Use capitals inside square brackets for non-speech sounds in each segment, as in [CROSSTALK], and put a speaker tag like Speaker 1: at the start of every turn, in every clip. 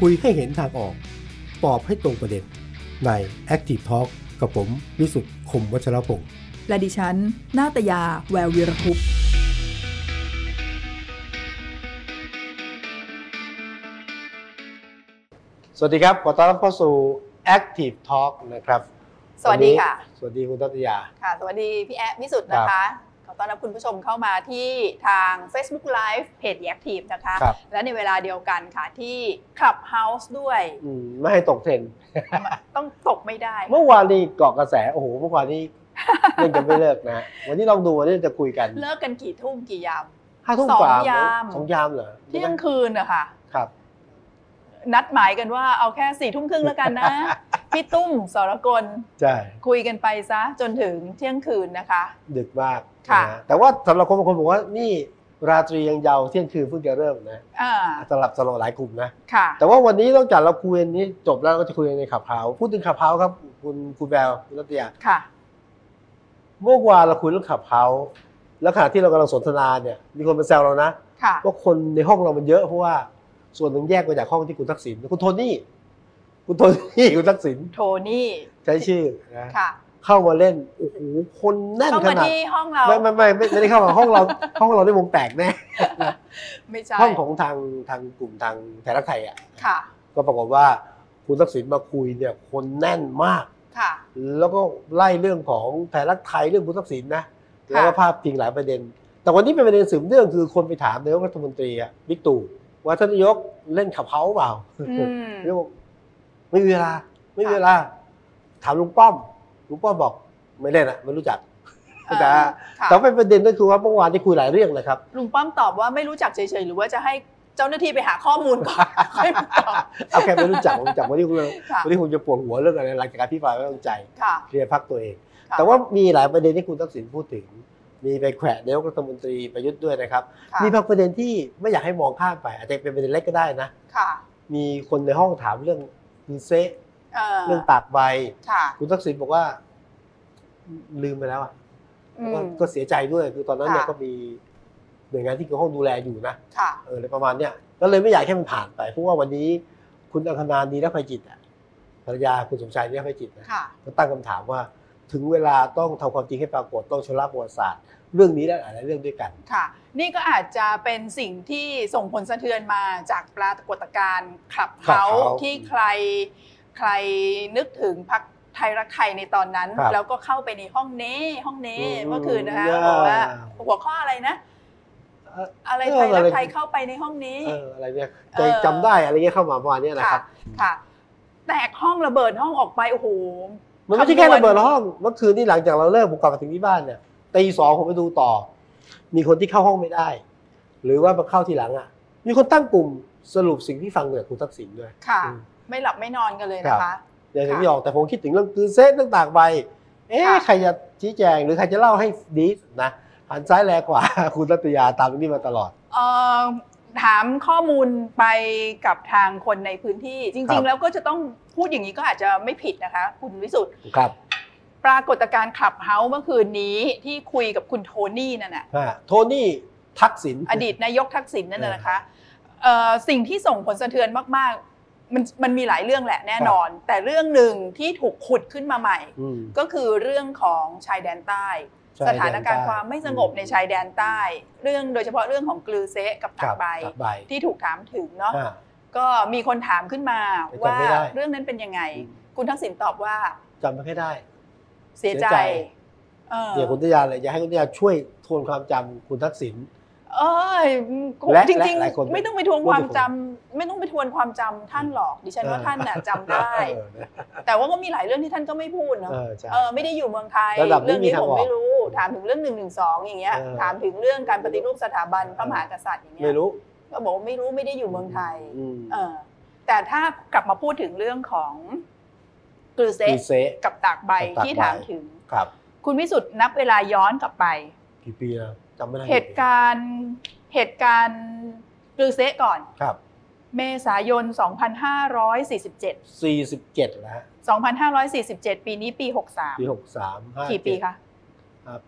Speaker 1: คุยให้เห็นทางออก ตอบให้ตรงประเด็น ใน Active Talk กับผมวิสุทธ์คมวัชรพงศ์
Speaker 2: และดิฉัน นาตยา แวววีรคุปต์
Speaker 1: สวัสดีครับ ขอต้อนรับเข้าสู่ Active Talk นะครับ
Speaker 2: สวัสดีค่ะ
Speaker 1: สวัสดีคุณตัตยา
Speaker 2: ค่ะ สวัสดีพี่แอะวิสุทธ์นะคะ ขอต้อนรับคุณผู้ชมเข้ามาที่ทาง Facebook Live เพจแยกทีมนะคะ
Speaker 1: ครับ
Speaker 2: และในเวลาเดียวกันค่ะที่ Clubhouse ด้วย
Speaker 1: อืมไม่ให้ตกเทรนด์
Speaker 2: ต้องตกไม่ได้
Speaker 1: เมื่อวานนี้เกาะกระแส โอ้โห เมื่อวานนี้ [LAUGHS] เล่นกันไม่เลิกนะ วันนี้ลองดูวันนี้จะคุยกัน
Speaker 2: เลิกกันกี่ทุ่มกี่ยาม
Speaker 1: ห้าทุ่ม
Speaker 2: สอง
Speaker 1: กว่ามั้
Speaker 2: ยาม
Speaker 1: สองยามเหรอ
Speaker 2: เที่ยงคืนอะค่ะ
Speaker 1: ครับ
Speaker 2: นัดหมายกันว่าเอาแค่สี่ทุ่มครึ่งแล้วกัน
Speaker 1: [LAUGHS]
Speaker 2: นะ พี่ตุ้มสรกล
Speaker 1: ใช่
Speaker 2: คุยกันไปซะจนถึงเที่ยงคืนนะคะ
Speaker 1: ดึกมาก
Speaker 2: ค่ะ
Speaker 1: นฮแต่ว่าสำหรับคนบางคนบอกว่านี่ราตรียังเยาว์เที่ยงคืนเพิ่งจะเริ่มนะ
Speaker 2: อ่า
Speaker 1: สำหรับสำหรับหลายกลุ่มนะ
Speaker 2: ค่ะ
Speaker 1: แต่ว่าวันนี้นอกจากเราคุยอันนี้จบแล้วเราก็จะคุยในขับเฮาพูดถึงขับเฮาครับ คุณคุณแววคุณรัตยา
Speaker 2: ค่ะ
Speaker 1: เมื่อวานเราคุยเรื่องขับเฮาแล้วขณะที่เรากำลังสนทนาเนี่ยมีคนมาแซวเรานะ
Speaker 2: ค่ะ
Speaker 1: ว่าคนในห้องเรามันเยอะเพราะว่าส่วนหนึ่งแยกมาจากห้องที่คุณทักษิณคุณโทนี่คุณโทนี่ [LAUGHS] คุณทักษิณ
Speaker 2: โทนี่
Speaker 1: ใช้ชื่อนะ
Speaker 2: ค่ะ
Speaker 1: เข้ามาเล่นโอ้โหคนแน่น
Speaker 2: เข้า
Speaker 1: ข
Speaker 2: มา
Speaker 1: นาด
Speaker 2: ที่ห้องเรา
Speaker 1: ไม่ไม่ไม่ไม่ไม่ได้เข้ามาห้องเรา
Speaker 2: [LAUGHS]
Speaker 1: ห้องเราได้วงแตกแน่
Speaker 2: ไม่ใช่
Speaker 1: ห้องของทางทางกลุ่มทางไทยรักไทยอ่ะ
Speaker 2: ค่ะ
Speaker 1: ก็ปรากฏว่าคุณทักษิณมาคุยเนี่ยคนแน่นมาก
Speaker 2: ค่ะ
Speaker 1: แล้วก็ไล่เรื่องของไทยรักไทยเรื่องคุณทักษิณนะแล้วก็ภาพพิงหลายประเด็น แต่วันนี้เป็นประเด็นสืบเนื่องคือคนไปถามนายกรัฐมนตรีอะบิ๊กตู่ว่าท่านนายกเล่นขับเฮาส์เปล่า
Speaker 2: อืม
Speaker 1: [LAUGHS] เรียกว่าไม่มีเวลา ไม่มีเวลา ถามลุงป้อมลุงป้อมบอกไม่เล่นอะไม่รู้จัก
Speaker 2: เอ่อ
Speaker 1: แต่
Speaker 2: ค่ะ
Speaker 1: แต่ว่าเป็นประเด็นก็คือว่าเมื่อวานที่คุยหลายเรื่องเลยครับ [LAUGHS]
Speaker 2: ลุงป้อมตอบว่าไม่รู้จักเฉยๆ หรือว่าจะให้เจ้าหน้าที่ไปหาข้อมูลก่อน ค่อยมาตอบ
Speaker 1: เอาแค่ไม่รู้จักผมรู้จักวันนี้คุณ
Speaker 2: ค่ะ
Speaker 1: วันนี้คุณจะปวดหัวเรื่องอะไรหลังจากการพิพายไม่ต้องใจ
Speaker 2: ค่ะ
Speaker 1: เคลียร์พักตัวเอง
Speaker 2: ค่ะ
Speaker 1: แต่ว่ามีหลายประเด็นที่คุณทักษิณพูดถึง มีไปแขวะนายกรัฐมนตรีประยุทธ์ด้วยนะครับ
Speaker 2: ค่ะ
Speaker 1: มีบางประเด็นที่ไม่อยากให้มองข้ามไป อาจจะเป็นประเด็นเล็กก็ได้นะ
Speaker 2: ค่ะ
Speaker 1: มีคนในห้องถามเรื่องคือเซะ
Speaker 2: เอ่อ
Speaker 1: เรื่องตากใบ
Speaker 2: ค่ะ
Speaker 1: คุณทักษิณบอกว่า ลืมไปแล้วอะ
Speaker 2: อื
Speaker 1: ก็
Speaker 2: ม
Speaker 1: ก็เสียใจด้วย คือตอนนั้นเนี่ย
Speaker 2: ค่ะ
Speaker 1: ก็มีหน่วยงานที่เกี่ยวข้องดูแลอยู่นะ
Speaker 2: ค่ะ
Speaker 1: เอออะไรประมาณเนี้ยก็เลยไม่อยากให้มันผ่านไป เพราะว่าวันนี้คุณอังคณานีรภัยจิตอะภรรยาคุณสมชายนีรภัยจิตนะ
Speaker 2: ค่ะ
Speaker 1: ก็ตั้งคำถามว่า ถึงเวลาต้องทำความจริงให้ปรากฏต้องชำระประวัติศาสตร์ เรื่องนี้และหลายๆเรื่องด้วยกัน
Speaker 2: ค่ะ นี่ก็อาจจะเป็นสิ่งที่ส่งผลสะเทือนมาจากปรากฏการณ์ขับเฮา
Speaker 1: Clubhouse
Speaker 2: ที่ใครใครนึกถึงพักไทยรักไทยในตอนนั้น
Speaker 1: ครับ
Speaker 2: แล้วก็เข้าไปในห้องเน่ห้องเน่
Speaker 1: อืม
Speaker 2: เมื่อคืนนะคะ
Speaker 1: เออ
Speaker 2: บอกว่าหัวข้ออะไรนะ
Speaker 1: เอ่อ
Speaker 2: อะไร
Speaker 1: เอ
Speaker 2: ไท
Speaker 1: อย
Speaker 2: รักไทย
Speaker 1: อะไร
Speaker 2: เข้าไปในห้องนี้
Speaker 1: เอออะไรเนี่ย
Speaker 2: เออ
Speaker 1: จำได้อะไรเงี้ยเข้ามาประมาณเนี้ยนะค
Speaker 2: ค่ะ
Speaker 1: รับ
Speaker 2: ค่ะ แตกห้องระเบิดห้องออกไปโอ้โห
Speaker 1: มันไม่ใช่แค่
Speaker 2: คำนวณ
Speaker 1: ระเบิดห้องเมื่อคืนนี่หลังจากเราเลิกผมกลับมาถึงที่บ้านเนี่ยตีสองผมไปดูต่อ มีคนที่เข้าห้องไม่ได้ หรือว่ามาเข้าทีหลังอ่ะ มีคนตั้งกลุ่มสรุปสิ่งที่ฟังเนี่ยคุณทักษิณด้วย
Speaker 2: ค่ะ
Speaker 1: อืม
Speaker 2: ไม่หลับไม่นอนกันเลยนะคะ
Speaker 1: เดี๋ยวถึง
Speaker 2: ค่ะ
Speaker 1: ไม่ออกแต่ผมคิดถึงเรื่องคือเซตเรื่องต่างใบ เอ๊ะ
Speaker 2: ค่ะ
Speaker 1: ใครจะชี้แจงหรือใครจะเล่าให้ดีที่สุดนะหันซ้ายแลขวา [LAUGHS] คุณรัตยาตามเรื่องนี้มาตลอด
Speaker 2: เอ่อถามข้อมูลไปกับทางคนในพื้นที่
Speaker 1: ค
Speaker 2: จ
Speaker 1: รั
Speaker 2: ริง
Speaker 1: บ
Speaker 2: ๆ แล้วก็จะต้องพูดอย่างนี้ก็อาจจะไม่ผิดนะคะ คุณวิสุทธ์
Speaker 1: ครับ
Speaker 2: ปรากฏการณ์ขับเฮาส์เมื่อคืนนี้ที่คุยกับคุณโทนี่นั่นน่ะ
Speaker 1: อ่าโทนี่ทักษิณ
Speaker 2: อดีตนายกทักษิณนั่นน่ะ
Speaker 1: เออ
Speaker 2: นะคะเอ่อสิ่งที่ส่งผลสะเทือนมากๆมันมันมีหลายเรื่องแหละแน่นอน แต่เรื่องหนึ่งที่ถูกขุดขึ้นมาใหม่
Speaker 1: อืม
Speaker 2: ก็คือเรื่องของชายแดนใต้
Speaker 1: ชย
Speaker 2: ส
Speaker 1: แดนใต้
Speaker 2: ถานการณ์ความไม่สงบในชายแดนใต้ เรื่องโดยเฉพาะเรื่องของกลือเซะกับ
Speaker 1: ค
Speaker 2: ตา
Speaker 1: รับ
Speaker 2: กใบ
Speaker 1: ตากใบ
Speaker 2: ที่ถูกถามถึงเนาะ
Speaker 1: อ่า
Speaker 2: ก็มีคนถามขึ้นมา
Speaker 1: ไปจำ
Speaker 2: ว่า
Speaker 1: ไม่ได้
Speaker 2: เรื่องนั้นเป็นยังไง คุณทักษิณตอบว่า
Speaker 1: จำไม่ค่อยได้
Speaker 2: เสียใจ
Speaker 1: เสียใจ
Speaker 2: เออ
Speaker 1: เดี๋ยวคุณรัตยาเลยอยากให้คุณรัตยาช่วยทวนความจำคุณทักษิณ
Speaker 2: เอย
Speaker 1: และ
Speaker 2: จริง
Speaker 1: และหลายคน
Speaker 2: ๆ ไม่ต้องไปทวงความ
Speaker 1: พูดถึง
Speaker 2: จำไม่ต้องไปทวนความจำท่านหรอกดิฉันว่า
Speaker 1: เออ
Speaker 2: ท่านน่ะจำได้
Speaker 1: เออนะ
Speaker 2: แต่ว่าก็มีหลายเรื่องที่ท่านก็ไม่พูดเนาะ
Speaker 1: เออใช่
Speaker 2: เออไม่ได้อยู่เมืองไทย
Speaker 1: ระดับนี้
Speaker 2: เรื่นี้
Speaker 1: มีทาง
Speaker 2: ผม
Speaker 1: ออก
Speaker 2: ไม่รู้ ถามถึงเรื่องหนึ่งหนึ่งสองอย่างเงี้ย
Speaker 1: เออ
Speaker 2: ถามถึงเรื่องการปฏิรูปสถาบันพระมหากษัตริย์อย่างเงี้
Speaker 1: ไม่
Speaker 2: ย
Speaker 1: รู้
Speaker 2: ก็บอกว่าไม่รู้ไม่ได้อยู่เมืองไทย
Speaker 1: อืม
Speaker 2: เออแต่ถ้ากลับมาพูดถึงเรื่องของกลือเซะ
Speaker 1: คือเซะ
Speaker 2: กับตากใบ
Speaker 1: กับตาก
Speaker 2: ที่
Speaker 1: ใบ
Speaker 2: ถามถึง
Speaker 1: ครับ
Speaker 2: คุณวิสุทธ์นับเวลาย้อนกลับไป
Speaker 1: กี่ปีแล้วจำไม่ได้
Speaker 2: เหตุการณ์เหตุการณ์กรือเซะก่อน
Speaker 1: ครับ
Speaker 2: เมษายน 2547
Speaker 1: สี่สิบเจ็ดแล้วฮะ
Speaker 2: 2547 ปีนี้ปี
Speaker 1: ปีหกสามห้า
Speaker 2: 63 กี่
Speaker 1: เจ็ด
Speaker 2: ปีคะ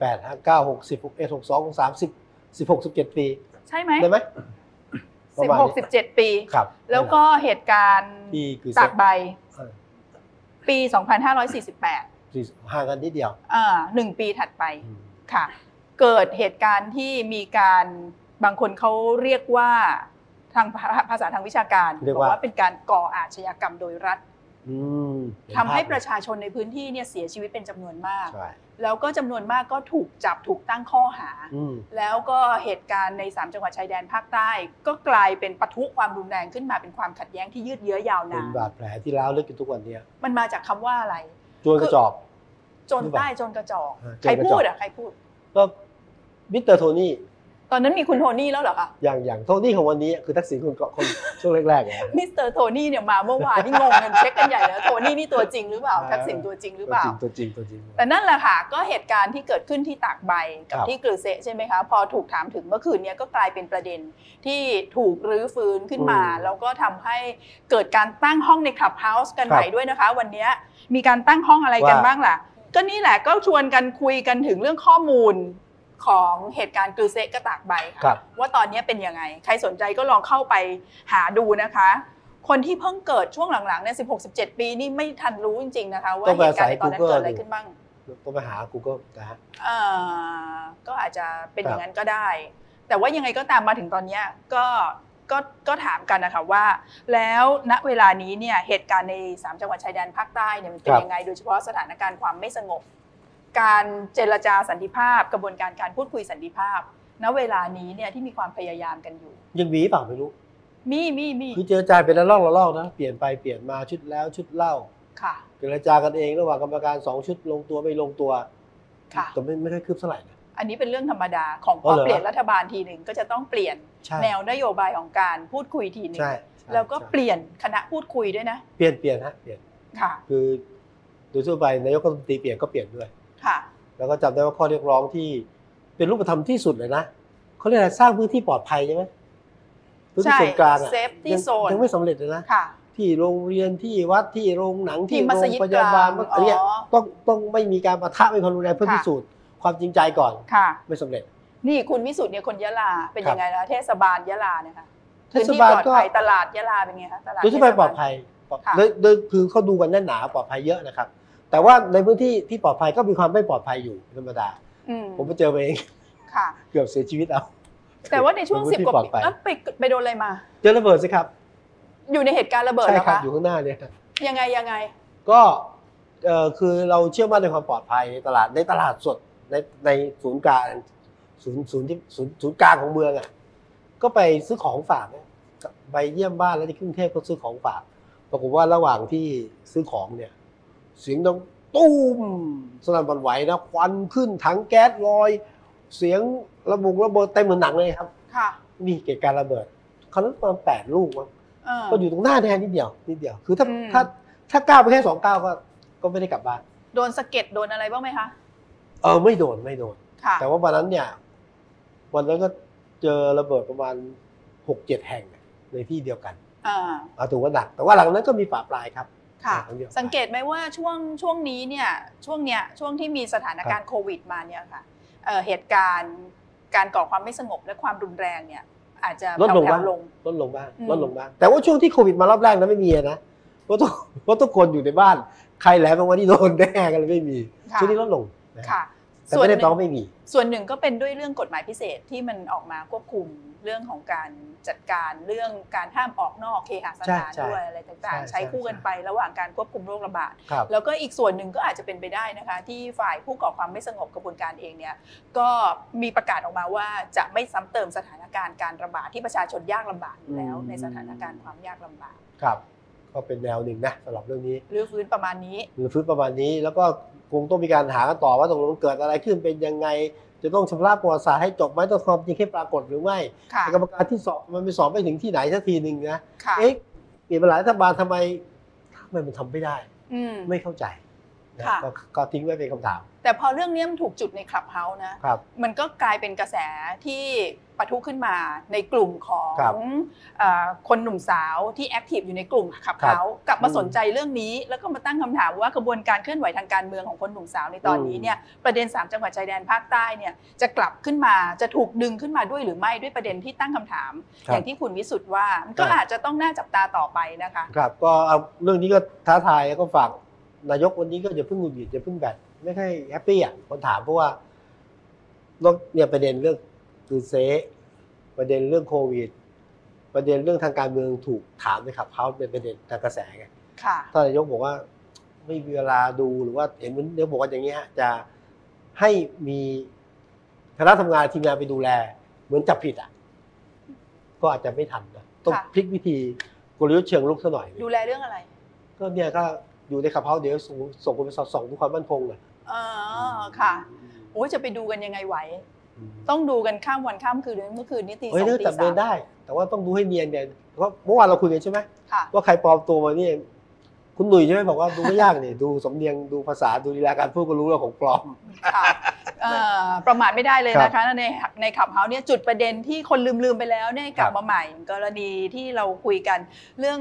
Speaker 1: แปดห้าเก้าหกสิบหกเอ็ดหกสองหกสามสิบสิบหกสิบเจ็ดปี
Speaker 2: ใช่ไหม
Speaker 1: ได้ไหม ประมาณ
Speaker 2: 16
Speaker 1: นี้
Speaker 2: 17 ปี
Speaker 1: ครับ
Speaker 2: แล้วก็เหตุการณ์
Speaker 1: ที่คือ
Speaker 2: ตากใบ
Speaker 1: เอ่อ
Speaker 2: ปี 2548
Speaker 1: สี่สิบห่างกันนิดเดียว
Speaker 2: อ่าหนึ่งปีถัดไป
Speaker 1: อืม
Speaker 2: ค่ะ เกิดเหตุการณ์ที่มีการบางคนเขาเรียกว่าทางภ [LAUGHS] าภาษาทางวิชาการ
Speaker 1: เรียก
Speaker 2: บอ
Speaker 1: ว่า
Speaker 2: กว่าเป็นการก่ออาชญากรรมโดยรัฐ
Speaker 1: อืมเน
Speaker 2: ทำให้
Speaker 1: ภาพ
Speaker 2: ประชาชนในพื้นที่เนี่ยเสียชีวิตเป็นจำนวนมาก
Speaker 1: ใช่
Speaker 2: แล้วก็จำนวนมากก็ถูกจับถูกตั้งข้อหา
Speaker 1: อืม
Speaker 2: แล้วก็เหตุการณ์ใน 3 จังหวัดชายแดนภาคใต้ ก็กลายเป็นปะทุความรุนแรงขึ้นมาเป็นความขัดแย้งที่ยืดเยื้อยาว
Speaker 1: เป็น
Speaker 2: นาน
Speaker 1: บาดแผลที่ร้าวลึกอยู่ทุกวันเนี้ย
Speaker 2: มันมาจากคำว่าอะไร
Speaker 1: จวนกระจอก
Speaker 2: จนใต้จนกระจอก
Speaker 1: เออจนกระจอก
Speaker 2: ใครพูดอ่ะใครพูด
Speaker 1: ก็มิสเตอร์โทนี่
Speaker 2: ตอนนั้นมีคุณโทนี่แล้วเหรอคะ
Speaker 1: อย่างอย่างโทนี่ของวันนี้คือทักษิณคนก่อนคนช่วงแรกๆอะ
Speaker 2: มิสเตอร์โทนี่เนี่ยมาเมื่อวานนี่งงกันเช็คกันใหญ่แล้วโทนี่นี่ตัวจริงหรือเปล่า
Speaker 1: เออ
Speaker 2: ทักษิณตัวจริงหรือ
Speaker 1: ตั
Speaker 2: เป
Speaker 1: ว
Speaker 2: ล่า
Speaker 1: จริงตัวจริงตัวจริง
Speaker 2: แต่นั่นแหละค่ะก็เหตุการณ์ที่เกิดขึ้นที่ตากใบกับ
Speaker 1: ครับ
Speaker 2: ที่กรือเซะใช่ไหมคะ พอถูกถามถึงเมื่อคืนเนี้ก็กลายเป็นประเด็นที่ถูกรื้อฟื้นขึ้นมา
Speaker 1: อืม
Speaker 2: แล้วก็ทำให้เกิดการตั้งห้องในคลับเฮาส์กัน
Speaker 1: ครับ
Speaker 2: ใหม่ด้วยนะคะ วันเนี้ยมีการตั้งห้องอะไรกัน
Speaker 1: ว่า
Speaker 2: บ้างล่ะ ก็นี่แหละก็ชวนกันคุยกันถึงเรื่องข้อมูลของเหตุการณ์กรือเซะกบตากใบค่ะ
Speaker 1: ครับ
Speaker 2: ว่าตอนนี้เป็นยังไง ใครสนใจก็ลองเข้าไปหาดูนะคะ คนที่เพิ่งเกิดช่วงหลังๆเนี่ยสิบหกสิบเจ็ดปีนี่ไม่ทันรู้จริง ๆ นะคะ ว่า
Speaker 1: ต้อง
Speaker 2: เห
Speaker 1: ไป
Speaker 2: ตุการณ์ในตอนนั้น
Speaker 1: อาศัย Google
Speaker 2: เกิดอะไรขึ้นบ้าง
Speaker 1: ต้องไปหา Google นะฮะ
Speaker 2: เอ่อก็อาจจะเป็นอย่างนั้นก็ได้ แต่ว่ายังไงก็ตามมาถึงตอนเนี้ยก็ก็ก็ถามกันนะคะว่า แล้วณเวลานี้เนี่ยเหตุการณ์ในสามจังหวัดชายแดนภาคใต้เนี่ยมันเป็น
Speaker 1: ครับ
Speaker 2: ยังไง โดยเฉพาะสถานการณ์ความไม่สงบ การเจรจาสันติภาพ กระบวนการการพูดคุยสันติภาพ ณเวลานี้เนี่ยที่มีความพยายามกันอยู่
Speaker 1: ยังมีเปล่าไม่รู้
Speaker 2: มีมีมี
Speaker 1: คือเจรจาเป็นละลอกละลอกนะ เปลี่ยนไปเปลี่ยนมาชุดแล้วชุดเล่า
Speaker 2: ค่ะ
Speaker 1: เจรจากันเองระหว่างกรรมการสองชุดลงตัวไม่ลงตัว
Speaker 2: ค่ะ
Speaker 1: แต่ไม่ไม่ได้คืบเท่าไหร่นะ
Speaker 2: อันนี้เป็นเรื่องธรรมดาของพ
Speaker 1: อ๋อ
Speaker 2: อ
Speaker 1: เหรอ
Speaker 2: เปลี่ยนรัฐบาลทีหนึ่งก็จะต้องเปลี่ยน
Speaker 1: ใช่
Speaker 2: แนวนโยบายของการพูดคุยทีหนึ่ง
Speaker 1: ใช่ใช่
Speaker 2: แล้วก็
Speaker 1: ใช่
Speaker 2: เปลี่ยนคณะพูดคุยด้วยนะ
Speaker 1: เปลี่ยนเปลี่ยนฮะเปลี่ยน
Speaker 2: ค่ะ
Speaker 1: คือโดยทั่วไปนายกรัฐมนตรีเปลี่ยนก็เปลี่ยนด้วย
Speaker 2: ค่ะ
Speaker 1: แล้วก็จำได้ว่าข้อเรียกร้องที่เป็นรูปธรรมที่สุดเลยนะเขาเรียกอะไรสร้างพื้นที่ปลอดภัยใช่ไหมพื้นที่
Speaker 2: ใช่
Speaker 1: ส่วนกลางอะ
Speaker 2: safety
Speaker 1: ยัง
Speaker 2: zone
Speaker 1: ยังไม่สำเร็จเลยนะ
Speaker 2: ค่ะ
Speaker 1: ที่โรงเรียนที่วัดที่โรงหนังที่
Speaker 2: ที่มั
Speaker 1: โร
Speaker 2: ส
Speaker 1: ง
Speaker 2: ยิด
Speaker 1: พ
Speaker 2: ก
Speaker 1: ยาบา
Speaker 2: ลาง
Speaker 1: ลมันอะไรเงี้ย
Speaker 2: อ๋อ
Speaker 1: ต้องต้องไม่มีการปะทะไม่มีความรุนแรงเพื่อ
Speaker 2: ค่ะ
Speaker 1: พิสูจน์ความจริงใจก่อน
Speaker 2: ค่ะ
Speaker 1: ไม่สำเร็จ
Speaker 2: นี่คุณวิสุทธิ์เนี่ยคนยะลาเป็นยังไงนะเทศบาลยะลาเนี่ยค่ะ
Speaker 1: เท
Speaker 2: พื้น
Speaker 1: ศ
Speaker 2: ที่
Speaker 1: บาล
Speaker 2: ปลอด
Speaker 1: ก็
Speaker 2: ภัยตลาดยะลาเป็นไงคะตลาด
Speaker 1: โดยทั่วไป
Speaker 2: เทศา
Speaker 1: ปลอดภัยปลอด
Speaker 2: ค่ะ
Speaker 1: โดยโดยคือเขาดูกันแน่นหนาปลอดภัยเยอะนะครับ แต่ว่าในพื้นที่ที่ปลอดภัยก็มีความไม่ปลอดภัยอยู่ธรรมดา
Speaker 2: อืม
Speaker 1: ผมไปเจอมาเอง [LAUGHS]
Speaker 2: ค่ะ
Speaker 1: เกือบเสียชีวิตเอา
Speaker 2: แต่ว่าในช่วง
Speaker 1: พื้
Speaker 2: สิบ
Speaker 1: ที่
Speaker 2: กว่า
Speaker 1: ปลอด
Speaker 2: ปี
Speaker 1: ภัย
Speaker 2: เอ้าไปไปโดนอะไรมา
Speaker 1: เจอระเบิดสิครับ
Speaker 2: อยู่ในเหตุการณ์ระเบิด
Speaker 1: ใช่
Speaker 2: เหรอ
Speaker 1: ครับ
Speaker 2: คะ
Speaker 1: อยู่ข้างหน้าเนี่ย
Speaker 2: ยังไงยังไง
Speaker 1: ก็เอ่อคือเราเชื่อมั่นในความปลอดภัยในตลาดในตลาดสดในในศูนย์กลางศูนย์ศูนย์ที่ศูนย์ศูนย์กลางของเมืองอ่ะก็ไปซื้อของฝากเนี่ยไปเยี่ยมบ้านแล้วที่กรุงเทพก็ซื้อของฝากปรากฏว่าระหว่างที่ซื้อของเนี่ย เสียงดังตู้มสนั่นหวันไหวนะควันขึ้นถังแก๊สลอย เสียงระบุงระเบิดเต็มเหมือนหนังเลยครับ
Speaker 2: ค่ะ
Speaker 1: มีเหตุการณ์ระเบิดครั้งนั้นประมาณแปดลูกมั้ง
Speaker 2: เออ
Speaker 1: ก็อยู่ตรงหน้าแทนนิดเดียวนิดเดียว คือถ้า
Speaker 2: อืม
Speaker 1: ถ้าถ้าก้าวไปแค่สองก้าวก็ก็ไม่ได้กลับบ้าน
Speaker 2: โดนสะเก็ดโดนอะไรบ้างไหมคะ
Speaker 1: เออไม่โดนไม่โดน
Speaker 2: ค่ะ
Speaker 1: แต่ว่าวันนั้นเนี่ย วันนั้นก็เจอระเบิดประมาณหกเจ็ดแห่งในที่เดียวกัน
Speaker 2: อ่า
Speaker 1: เอาถือว่าหนัก แต่ว่าหลังนั้นก็มีป่าปลายครับ
Speaker 2: ค่ะ
Speaker 1: เดี๋ยว
Speaker 2: สังเกตไหมว่าช่วงช่วงนี้เนี่ยช่วงเนี้ยช่วงที่มีสถานการณ์โควิดมาเนี่ยค่ะเอ่อเหตุการณ์การก่อความไม่สงบและความรุนแรงเนี่ย อาจจะ
Speaker 1: ลดลง
Speaker 2: แผ่
Speaker 1: บ้าง
Speaker 2: วๆลง
Speaker 1: ลดลงบ้าง
Speaker 2: อืม
Speaker 1: ลดลงบ้างแต่ว่าช่วงที่โควิดมารอบแรกนั้นไม่มีนะเพราะทุกเพราะทุกคนอยู่ในบ้าน ใครแหลมมาวันนี้โดนแน่กันเลยไม่มี
Speaker 2: ค่ะ
Speaker 1: ช่วงนี้ลดลงนะ
Speaker 2: ค่ะ
Speaker 1: แต่
Speaker 2: ส่วน
Speaker 1: ไม่
Speaker 2: ห
Speaker 1: ได้
Speaker 2: นึ่
Speaker 1: แปล
Speaker 2: ง
Speaker 1: ว่าไม่มี
Speaker 2: ส่วนหนึ่งก็เป็นด้วยเรื่องกฎหมายพิเศษที่มันออกมาควบคุมเรื่องของการจัดการเรื่องการห้ามออกนอกเคหสถานด้วยอะไรต่างๆ ใช้คู่กันไประหว่างการควบคุมโรคระบาด
Speaker 1: ครับ
Speaker 2: แล้วก็อีกส่วนหนึ่งก็อาจจะเป็นไปได้นะคะ ที่ฝ่ายผู้ก่อความไม่สงบกระบวนการเองเนี่ยก็มีประกาศออกมาว่าจะไม่ซ้ำเติมสถานการณ์การระบาดที่ประชาชนยากลำบากอยู่แล้ว
Speaker 1: อืม
Speaker 2: ในสถานการณ์ความยากลำบาก
Speaker 1: ครับ ก็เป็นแนวหนึ่งนะสำหรับเรื่องนี้
Speaker 2: หรือฟื้นประมาณนี้
Speaker 1: หรือฟื้นประมาณนี้แล้วก็คงต้องมีการหากันต่อว่าตกลงเกิดอะไรขึ้นเป็นยังไง จะต้องชำระประวัติศาสตร์ให้จบไหมต้องความจริงให้ปรากฏหรือไม่
Speaker 2: ค่ะ
Speaker 1: ไอ้กรรมการที่สอบมันไปสอบไปถึงที่ไหนสักทีหนึ่งนะ
Speaker 2: ค่ะ
Speaker 1: เอ๊ะเปลี่ยนเป็นหลายรัฐบาลทำไมทำไมมันทำไม่ได้
Speaker 2: อืม
Speaker 1: ไม่เข้าใจนะ
Speaker 2: ค่ะ
Speaker 1: ก็ก็ทิ้งไว้เป็นคำถาม
Speaker 2: แต่พอเรื่องเนี้ยมันถูกจุดในคลับเฮาส์นะ
Speaker 1: ครับ
Speaker 2: มันก็กลายเป็นกระแสที่ปะทุขึ้นมาในกลุ่มขอ
Speaker 1: ครั
Speaker 2: ง
Speaker 1: บ
Speaker 2: เอ่อคนหนุ่มสาวที่แอคทีฟอยู่ในกลุ่มขับ
Speaker 1: ครับ
Speaker 2: เขากลับมา
Speaker 1: อืม
Speaker 2: สนใจเรื่องนี้ แล้วก็มาตั้งคำถามว่ากระบวนการเคลื่อนไหวทางการเมืองของคนหนุ่มสาวในตอนนี้
Speaker 1: อืม
Speaker 2: เนี่ยประเด็น 3 จังหวัดชายแดนภาคใต้เนี่ยจะกลับขึ้นมาจะถูกดึงขึ้นมาด้วยหรือไม่ด้วยประเด็นที่ตั้งคำถาม
Speaker 1: ครั
Speaker 2: อ
Speaker 1: บ
Speaker 2: ย่างที่คุณวิสุทธ์ว่ามันก็
Speaker 1: ครับ
Speaker 2: อาจจะต้องน่าจับตาต่อไปนะคะ
Speaker 1: ครับก็เอาเรื่องนี้ก็ท้าทายแล้วก็ฝากนายกวันนี้ก็อย่าเพิ่งหงุดหงิดอย่าเพิ่งแบบไม่ให้แฮปปี้อ่ะคนถามเพราะว่าเรื่องเนี่ยประเด็นเรื่องคือเซะประเด็นเรื่องโควิด ประเด็นเรื่องทางการเมืองถูกถามในขับเฮาเป็นประเด็นทางกระแสไง
Speaker 2: ค่ะ
Speaker 1: ท่านนายกบอกว่าไม่มีเวลาดูหรือว่าเห็นมันเดี๋ยวบอกว่าอย่างนี้ฮะจะให้มีคณะทำงานทีมงานไปดูแล เหมือนจับผิดอ่ะก็อาจจะไม่ทันนะต้อง
Speaker 2: ค่ะ
Speaker 1: พลิกวิธีกลยุทธ์เชิงลุกซะหน่อย
Speaker 2: ดูแลเรื่องอะไร
Speaker 1: ก็เนี่ยก็อยู่ในขับเฮาส์เดี๋ยวส่งส่งคนไปสอดส่องดูความมั่นคงน่ะ
Speaker 2: เออค่ะโอ้ยจะไปดูกันยังไงไหว ต้องดูกันข้ามวันข้ามคืนเลยเมื่อคืนนี้ตีสอ
Speaker 1: เฮ้ย
Speaker 2: ง
Speaker 1: เรื่อง
Speaker 2: ตี
Speaker 1: จับเดิ
Speaker 2: สาน ม
Speaker 1: ได้ แต่ว่าต้องดูให้เนียนเนี่ยเพราะเมื่อวานเราคุยกันใช่ไหม
Speaker 2: ค่ะ
Speaker 1: ว่าใครปลอมตัวมานี่คุณหนุ่ยใช่ไหมบอกว่าดูไม่ยากเนี่ยดู [LAUGHS] สำเนียงดูภาษาดูลีลาการพูดก็รู้แล้วของปลอม [LAUGHS]
Speaker 2: ค่ะเอ่อประมาทไม่ได้เลย
Speaker 1: ครับ
Speaker 2: นะคะ ในในขับเฮาเนี่ยจุดประเด็นที่คนลืมลืมๆไปแล้วเนี่ยกลั
Speaker 1: ค
Speaker 2: บ
Speaker 1: รับ
Speaker 2: มาใหม่ กรณีที่เราคุยกันเรื่อง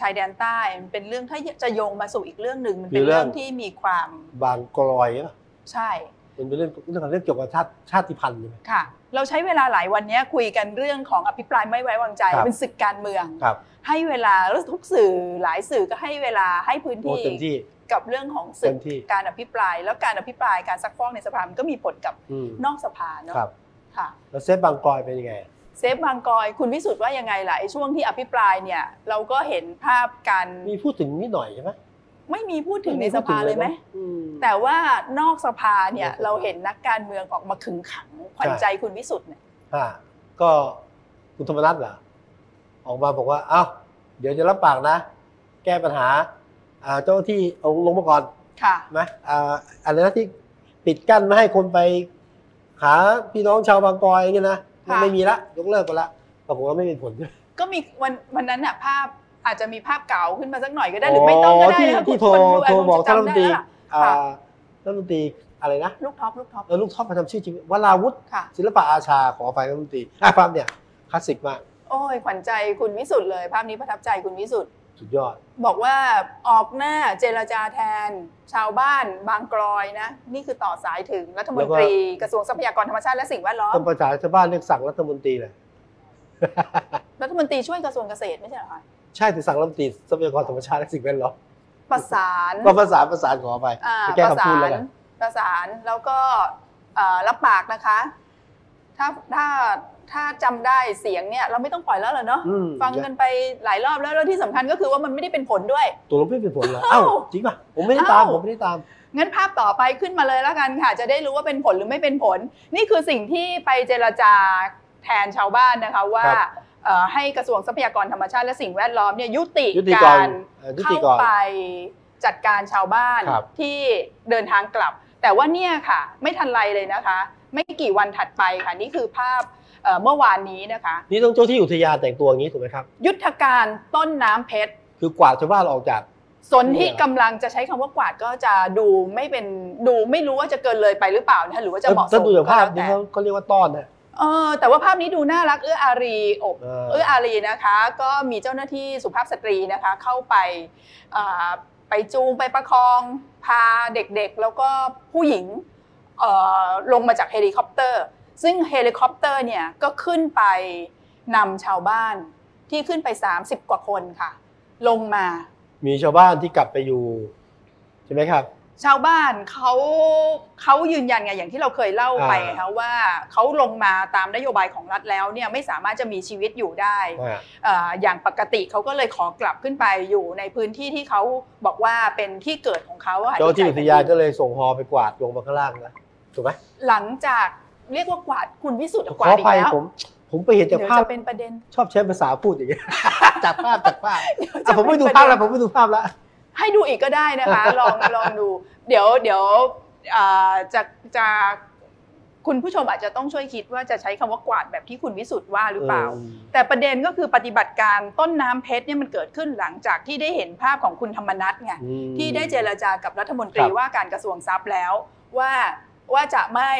Speaker 2: ชายแดนใต้มันเป็นเรื่องถ้าจะโยงมาสู่อีกเรื่องหนึ่งมันเป็น
Speaker 1: คือเรื่
Speaker 2: เรื่
Speaker 1: อ
Speaker 2: อง งที่มีความ
Speaker 1: บางกลอยอะ
Speaker 2: ใช่
Speaker 1: มันเป็นเรื่องเรื่องของเรื่องเกี่ยวกับชาติชาติพันธุ์ใช่ไหม
Speaker 2: ค่ะ เราใช้เวลาหลายวันเนี้ยคุยกันเรื่องของอภิปรายไม่ไว้วางใจ
Speaker 1: ครับ
Speaker 2: เป็นศึกการเมือง
Speaker 1: ครับ
Speaker 2: ให้เวลาแล้วทุกสื่อหลายสื่อก็ให้เวลาให้พื้น
Speaker 1: โอ้
Speaker 2: ที่
Speaker 1: เต็มที่
Speaker 2: กับเรื่องของ
Speaker 1: เต็
Speaker 2: ศึก
Speaker 1: มที่
Speaker 2: การอภิปราย แล้วการอภิปรายการซักฟอกในสภามันก็มีผลกับ
Speaker 1: อืม
Speaker 2: นอกสภาเนาะ
Speaker 1: ครับ
Speaker 2: ค่ะ
Speaker 1: แล้วเซฟบางกลอยเป็นยังไง
Speaker 2: เซฟบางกอยคุณวิสุทธ์ว่ายังไงล่ะไอ้ช่วงที่อภิปรายเนี่ย เราก็เห็นภาพการ
Speaker 1: มีพูดถึงนิดหน่อยใช่ไหม
Speaker 2: ไม่มีพูดถึงในสภาเลยไหม
Speaker 1: อืม
Speaker 2: แต่ว่านอกสภาเนี่
Speaker 1: นอ
Speaker 2: ย
Speaker 1: กสภา
Speaker 2: เราเห็นนักการเมืองออกมาขึงขังขวัญ
Speaker 1: ใช่
Speaker 2: ใจคุณวิสุทธ์เนี่ย
Speaker 1: อ่าก็คุณธรรมนัฐเหรอออกมาบอกว่า เอ้า เดี๋ยวจะรับปากนะ แก้ปัญหาอ่าเจ้าหน้าที่เอาลงมาก่อน
Speaker 2: ค่ะ
Speaker 1: ไหมอ่าอะไรนะที่ปิดกั้นไม่ให้คนไป หาพี่น้องชาวบางกอยอย่างเงี้ยนะมัน
Speaker 2: ค่ะ
Speaker 1: ไม่มีละยกเลิกไปละปรากฏว่าไม่เป็นผล
Speaker 2: ก็มีวันวันนั้นน่ะภาพอาจจะมีภาพเก่าขึ้นมาสักหน่อยก็ได้หรือไม่ต้องก็ได้
Speaker 1: ที่
Speaker 2: นะคะ
Speaker 1: ที่โท
Speaker 2: คุ
Speaker 1: ร
Speaker 2: ณคนดู
Speaker 1: โทร
Speaker 2: จจะ
Speaker 1: บอกท่านรัฐม
Speaker 2: จำ
Speaker 1: นต
Speaker 2: ได้
Speaker 1: รี
Speaker 2: แล้วล่ะ
Speaker 1: อ่า
Speaker 2: ค่ะ
Speaker 1: รัฐมนตรีอะไรนะ
Speaker 2: ลูกท็อปลูกท็อป
Speaker 1: เออลูกท็อปมาทำชื่อจริงวราวุฒิ
Speaker 2: ค่ะ
Speaker 1: ศิลปะอาชาขออภัยรัฐมนตรีอ่ะความเนี่ยคลาสสิกมาก
Speaker 2: โอ้ยขวัญใจคุณวิสุทธ์เลย ภาพนี้ประทับใจคุณวิสุทธ์
Speaker 1: สุดยอด
Speaker 2: บอกว่าออกหน้าเจรจาแทน ชาวบ้านบางกรอยนะ นี่คือต่อสายถึงรัฐมนตรี กระทรวงทรัพยากรธรรมชาติและสิ่งแวดล้อม
Speaker 1: ตำประชาชาวบ้านเรียกสั่งรัฐมนตรีเลย
Speaker 2: รัฐมนตรีช่วยกระทรวงเกษตรไม่ใช่เหรอคะ
Speaker 1: ใช่ถึงสั่งรัฐมนตรีทรัพยากรธรรมชาติและสิ่งแวดล้อม
Speaker 2: ประสาน
Speaker 1: [LAUGHS] ก็ประสานประสานขอไป
Speaker 2: อ่า
Speaker 1: แก้
Speaker 2: ประ
Speaker 1: คำพูด
Speaker 2: สา
Speaker 1: แล้ว
Speaker 2: น
Speaker 1: กัน
Speaker 2: ประสานแล้วก็เอ่อรับปากนะคะ ถ้าถ้าถ้าจำได้เสียงเนี่ย เราไม่ต้องปล่อยแล้วเหรอเนาะ
Speaker 1: อืม
Speaker 2: ฟังกันไปหลายรอบแล้วแล้วที่สำคัญก็คือว่ามันไม่ได้เป็นผลด้วย
Speaker 1: ตัวลงไม่เป็นผลเหรอเอ้าจริงป่ะผมไม่ได้ตาม
Speaker 2: เอ้า
Speaker 1: ผมไม่ได้ตาม
Speaker 2: งั้นภาพต่อไปขึ้นมาเลยแล้วกันค่ะ จะได้รู้ว่าเป็นผลหรือไม่เป็นผล นี่คือสิ่งที่ไปเจรจาแทนชาวบ้านนะคะว่า
Speaker 1: ครับ
Speaker 2: เอ่อให้กระทรวงทรัพยากรธรรมชาติและสิ่งแวดล้อมเนี่ยยุติ
Speaker 1: ยุติก
Speaker 2: การ ร
Speaker 1: เอ่อยุติ
Speaker 2: เข้าก
Speaker 1: ร
Speaker 2: ไปจัดการชาวบ้าน
Speaker 1: ครับ
Speaker 2: ที่เดินทางกลับ แต่ว่าเนี่ยค่ะ ไม่ทันไรเลยนะคะ ไม่กี่วันถัดไปค่ะ นี่คือภาพเอ่อเมื่อวานนี้นะคะ
Speaker 1: นี่ต้องเจ้าที่อุทยานแต่งตัวอย่างนี้ถูกไหมครับ
Speaker 2: ยุทธการต้นน้ำเพชร
Speaker 1: คือกวาดชาวบ้านออกจาก
Speaker 2: สนที่กำลังจะใช้คำว่ากวาดก็จะดูไม่เป็นดูไม่รู้ว่าจะเกินเลยไปหรือเปล่านะคะหรือว่าจะเหมาะส
Speaker 1: ถ้าม ดูจาก
Speaker 2: ก็
Speaker 1: ภาพ
Speaker 2: แล้ว
Speaker 1: นี่
Speaker 2: แต่
Speaker 1: เขาเขาเรียกว่าต้อนนะ
Speaker 2: เออแต่ว่าภาพนี้ดูน่ารักเอื้ออารีอบ
Speaker 1: เออ
Speaker 2: เอื้ออารีนะคะ ก็มีเจ้าหน้าที่สุภาพสตรีนะคะ เข้าไปอ่าไปจูงไปประคองพาเด็กๆ แล้วก็ผู้หญิงเอ่อลงมาจากเฮลิคอปเตอร์ ซึ่งเฮลิคอปเตอร์เนี่ยก็ขึ้นไปนำชาวบ้านที่ขึ้นไป 30 กว่าคนค่ะ ลงมา
Speaker 1: มีชาวบ้านที่กลับไปอยู่ใช่ไหมครับ
Speaker 2: ชาวบ้านเขาเขายืนยันไงอย่างที่เราเคยเล่าไป
Speaker 1: อ่า
Speaker 2: คะว่าเขาลงมาตามนโยบายของรัฐแล้วเนี่ยไม่สามารถจะมีชีวิตอยู่ได้
Speaker 1: อ่า
Speaker 2: เอ่ออย่างปกติเขาก็เลยขอกลับขึ้นไปอยู่ในพื้นที่ที่เขาบอกว่าเป็นที่เกิดของเขาอะค่ะ
Speaker 1: เจ้าที่อุทยานก็เลยส่งฮอไปกวาดลงมาข้างล่างนะถูกไหม
Speaker 2: หลังจากเรียกว่ากวาดคุณวิสุทธิ์
Speaker 1: ข
Speaker 2: ก
Speaker 1: อ
Speaker 2: วาด
Speaker 1: อ
Speaker 2: อี
Speaker 1: ภั
Speaker 2: ก
Speaker 1: ย
Speaker 2: แล้ว
Speaker 1: ผมผมไปเห็น
Speaker 2: เดี๋
Speaker 1: จาย ก
Speaker 2: ว
Speaker 1: ภาพ
Speaker 2: จะเป็นประเด็น
Speaker 1: ชอบใช้ภาษาพูดอย่างเงี้ย [LAUGHS] จากภาพจากภาพ
Speaker 2: เดี๋ยวจะ
Speaker 1: อ่ะผมไม่ดู
Speaker 2: เป็น
Speaker 1: ภาพ
Speaker 2: ประเน
Speaker 1: แล้วผมไม่ดูภาพแล้ว
Speaker 2: ให้ดูอีกก็ได้นะคะ [LAUGHS] ลองลองดู เดี๋ยวเดี๋ยวเอ่อจะจะคุณผู้ชมอาจจะต้องช่วยคิดว่าจะใช้คำว่ากวาดแบบที่คุณวิสุทธ์ว่าหรือเปล่า แต่ประเด็นก็คือปฏิบัติการต้นน้ำเพชรเนี่ยมันเกิดขึ้นหลังจากที่ได้เห็นภาพของคุณธรรมนัทไง
Speaker 1: อืม
Speaker 2: ที่ได้เจรจากับรัฐมนตรี
Speaker 1: ครับ
Speaker 2: ว่าการกระทรวงทรัพย์แล้ว ว่าว่าจะไม่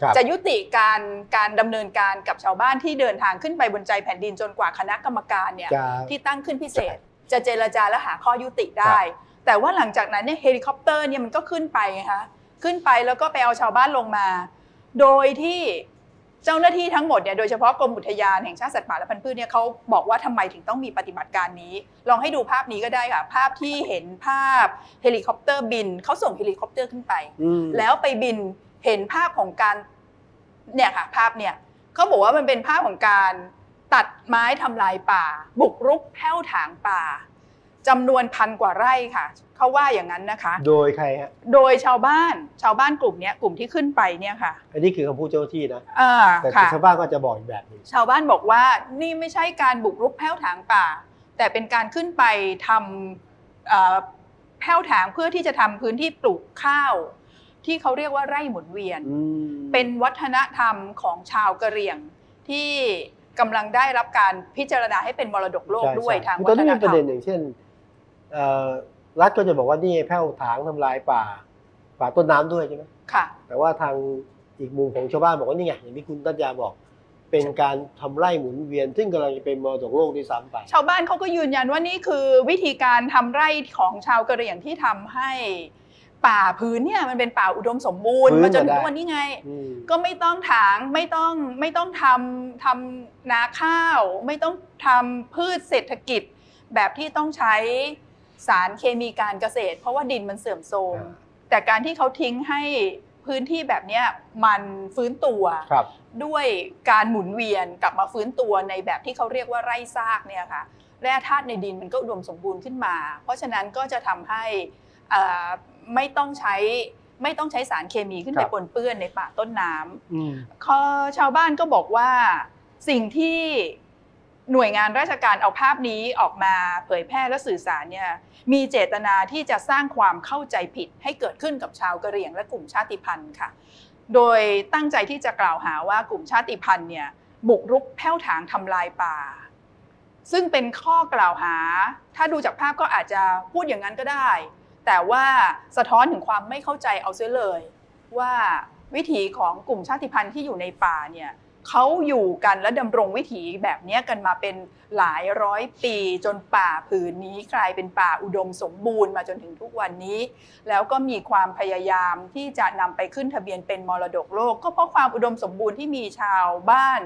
Speaker 1: ครับ
Speaker 2: จะยุติการการดำเนินการกับชาวบ้านที่เดินทางขึ้นไปบนใจแผ่นดินจนกว่าคณะกรรมการเนี่ย
Speaker 1: จะ
Speaker 2: ที่ตั้งขึ้นพิเศษ
Speaker 1: ใช่
Speaker 2: จะเจรจาและหาข้อยุติได้ แต่ว่าหลังจากนั้นเนี่ยเฮลิคอปเตอร์เนี่ยมันก็ขึ้นไปไงคะขึ้นไปแล้วก็ไปเอาชาวบ้านลงมา โดยที่เจ้าหน้าที่ทั้งหมดเนี่ยโดยเฉพาะกรมอุทยานแห่งชาติสัตว์ป่าและพันธุ์พืชเนี่ยเขาบอกว่าทำไมถึงต้องมีปฏิบัติการนี้ ลองให้ดูภาพนี้ก็ได้ค่ะ ภาพที่เห็นภาพเฮลิคอปเตอร์บินเขาส่งเฮลิคอปเตอร์ขึ้นไป
Speaker 1: อืม
Speaker 2: แล้วไปบินเห็นภาพของการเนี่ยค่ะ ภาพเนี่ยเขาบอกว่ามันเป็นภาพของการตัดไม้ทำลายป่า บุกรุกแผ้วถางป่าจำนวนพันกว่าไร่ค่ะเขาว่าอย่างนั้นนะคะ
Speaker 1: โดยใครฮะ
Speaker 2: โดยชาวบ้านชาวบ้านกลุ่มเนี้ยกลุ่มที่ขึ้นไปเนี่ยค่ะ
Speaker 1: อันนี้คือคำพูดเจ้าหน้าที่นะ
Speaker 2: อ่า
Speaker 1: แต่
Speaker 2: ค่ะ
Speaker 1: ชาวบ้านก็จะบอกอีกแบบหนึ่ง
Speaker 2: ชาวบ้านบอกว่านี่ไม่ใช่การบุกรุกแผ้วถางป่า แต่เป็นการขึ้นไปทำเอ่อแผ้วถางเพื่อที่จะทำพื้นที่ปลูกข้าว ที่เขาเรียกว่าไร่หมุนเวียน
Speaker 1: อืม
Speaker 2: เป็นวัฒนธรรมของชาวกะเหรี่ยงที่กำลังได้รับการพิจารณาให้เป็นมรดกโลก
Speaker 1: ใช่
Speaker 2: ด้วย
Speaker 1: ใช่
Speaker 2: ทาง
Speaker 1: ตอ
Speaker 2: วัน ฒ
Speaker 1: นี้
Speaker 2: น
Speaker 1: มี
Speaker 2: ธ
Speaker 1: ป
Speaker 2: ร
Speaker 1: ระ
Speaker 2: ร
Speaker 1: เด็น
Speaker 2: ม
Speaker 1: อย่างเช่นเอ่อรัฐก็จะบอกว่านี่แพ่วถางทำลายป่า ป่าต้นน้ำด้วยใช่ไหม
Speaker 2: ค่ะ
Speaker 1: แต่ว่าทางอีกมุมของชาวบ้านบอกว่านี่ไงอย่างที่คุณตัญญาบอก เป็นการทำไร่หมุนเวียน ซึ่งกำลังจะเป็นมรดกโลกด้วยซ้ำไป
Speaker 2: ชาวบ้านเขาก็ยืนยันว่านี่คือวิธีการทำไร่ของชาวกะเหรี่ยงที่ทำให้ป่าพื้นเนี่ยมันเป็นป่าอุดมสมบูรณ์
Speaker 1: ฟื้น
Speaker 2: มาจน
Speaker 1: มาได้
Speaker 2: ถึงทุกวันนี้ไง
Speaker 1: อืม
Speaker 2: ก็ไม่ต้องถางไม่ต้องไม่ต้องทำทำนาข้าว ไม่ต้องทำพืชเศรษฐกิจ แบบที่ต้องใช้สารเคมีการเกษตร เพราะว่าดินมันเสื่อมโทรม
Speaker 1: อ่า
Speaker 2: แต่การที่เขาทิ้งให้พื้นที่แบบเนี้ยมันฟื้นตัว
Speaker 1: ครับ
Speaker 2: ด้วยการหมุนเวียนกลับมาฟื้นตัวในแบบที่เขาเรียกว่าไร่ซากเนี่ยค่ะแร่ธาตุในดินมันก็อุดมสมบูรณ์ขึ้นมา เพราะฉะนั้นก็จะทำให้เอ่อไม่ต้องใช้ไม่ต้องใช้สารเคมีขึ้นไป
Speaker 1: ครับ
Speaker 2: ปนเปื้อนในป่าต้นน้ำ
Speaker 1: อืม
Speaker 2: ข้อชาวบ้านก็บอกว่าสิ่งที่หน่วยงานราชการเอาภาพนี้ออกมาเผยแพร่และสื่อสารเนี่ยมีเจตนาที่จะสร้างความเข้าใจผิดให้เกิดขึ้นกับชาวกะเหรี่ยงและกลุ่มชาติพันธุ์ค่ะ โดยตั้งใจที่จะกล่าวหาว่ากลุ่มชาติพันธุ์เนี่ยบุกรุกแผ้วถางทำลายป่า ซึ่งเป็นข้อกล่าวหา ถ้าดูจากภาพก็อาจจะพูดอย่างนั้นก็ได้ แต่ว่าสะท้อนถึงความไม่เข้าใจเอาเสียเลย ว่าวิถีของกลุ่มชาติพันธุ์ที่อยู่ในป่าเนี่ยเขาอยู่กันและดำรงวิถีแบบเนี้ยกันมาเป็นหลายร้อยปี จนป่าผืนนี้กลายเป็นป่าอุดมสมบูรณ์มาจนถึงทุกวันนี้ แล้วก็มีความพยายามที่จะนำไปขึ้นทะเบียนเป็นมรดกโลก ก็เพราะความอุดมสมบูรณ์ที่มีชาวบ้าน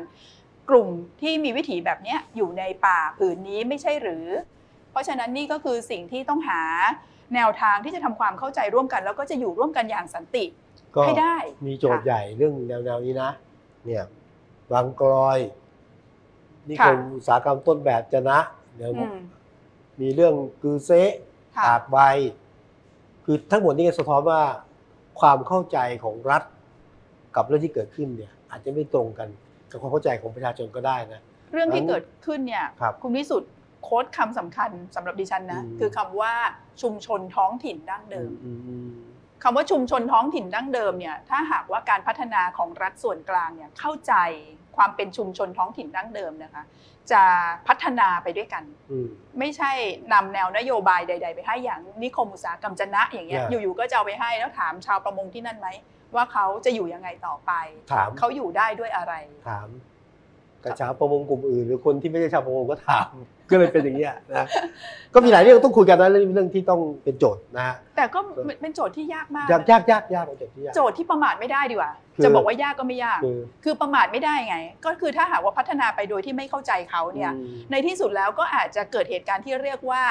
Speaker 2: กลุ่มที่มีวิถีแบบเนี้ยอยู่ในป่าผืนนี้ไม่ใช่หรือ เพราะฉะนั้นนี่ก็คือสิ่งที่ต้องหาแนวทางที่จะทำความเข้าใจร่วมกัน แล้วก็จะอยู่ร่วมกันอย่างสันติ
Speaker 1: ก็
Speaker 2: ให้ได้
Speaker 1: มีโจทย์ใหญ่เรื่องแนวๆนี้นะ เนี่ยบางกลอย นี่ค
Speaker 2: ค่ะ
Speaker 1: มอุตสาหกรรมต้นแบบจะนะเดี๋ยว
Speaker 2: อืม
Speaker 1: มีเรื่องกือเซะ
Speaker 2: ค่ะ
Speaker 1: ตากใบ คือทั้งหมดนี้ก็สะท้อนว่าความเข้าใจของรัฐ กับเรื่องที่เกิดขึ้นเนี่ย อาจจะไม่ตรงกันกับความเข้าใจของประชาชนก็ได้นะ
Speaker 2: เรื่องที่เกิดขึ้นเนี่ย
Speaker 1: ครับ
Speaker 2: ณวิสุทธ์โค้ดคำสำคัญสำหรับดิฉันนะ
Speaker 1: อืม
Speaker 2: คือคำว่าชุมชนท้องถิ่นดั้งเดิม
Speaker 1: อืมอืมอืม
Speaker 2: คำว่าชุมชนท้องถิ่นดั้งเดิมเนี่ยถ้าหากว่าการพัฒนาของรัฐส่วนกลางเนี่ยเข้าใจความเป็นชุมชนท้องถิ่นดั้งเดิมนะคะ จะพัฒนาไปด้วยกัน
Speaker 1: อืม
Speaker 2: ไม่ใช่นำแนวนโยบายใด ๆ ไปให้อย่างนิคมอุตสาหกรรมจะนะอย่างเงี้ย
Speaker 1: ใช่
Speaker 2: อยู่ๆก็จะเอาไปให้แล้วถามชาวประมงที่นั่นไหมว่าเขาจะอยู่ยังไงต่อไป
Speaker 1: ถาม
Speaker 2: เขาอยู่ได้ด้วยอะไร
Speaker 1: ถามกระชาวประมงกลุ่มอื่น หรือคนที่ไม่ใช่ชาวประมงก็ถาม [LAUGHS] ก็เลยเป็นอย่างเงี้ยนะ [LAUGHS] ก็มีหลายเรื่องต้องคุยกันนะเรื่องเรื่องที่ต้องเป็นโจทย์นะฮะ
Speaker 2: แต่ก็เป็นโจทย์ที่ยากมาก
Speaker 1: ยาก
Speaker 2: นะ
Speaker 1: ยากยากยากเป็นโจทย์ที่ยาก
Speaker 2: โจทย์ที่ประมาทไม่ได้ดีกว่า
Speaker 1: คือ
Speaker 2: จะบอกว่ายากก็ไม่ยาก
Speaker 1: คือ
Speaker 2: คือประมาทไม่ได้ไง ก็คือถ้าหากว่าพัฒนาไปโดยที่ไม่เข้าใจเขาเนี่ย
Speaker 1: อืม
Speaker 2: ในที่สุดแล้วก็อาจจะเกิดเหตุการณ์ที่เรียกว่า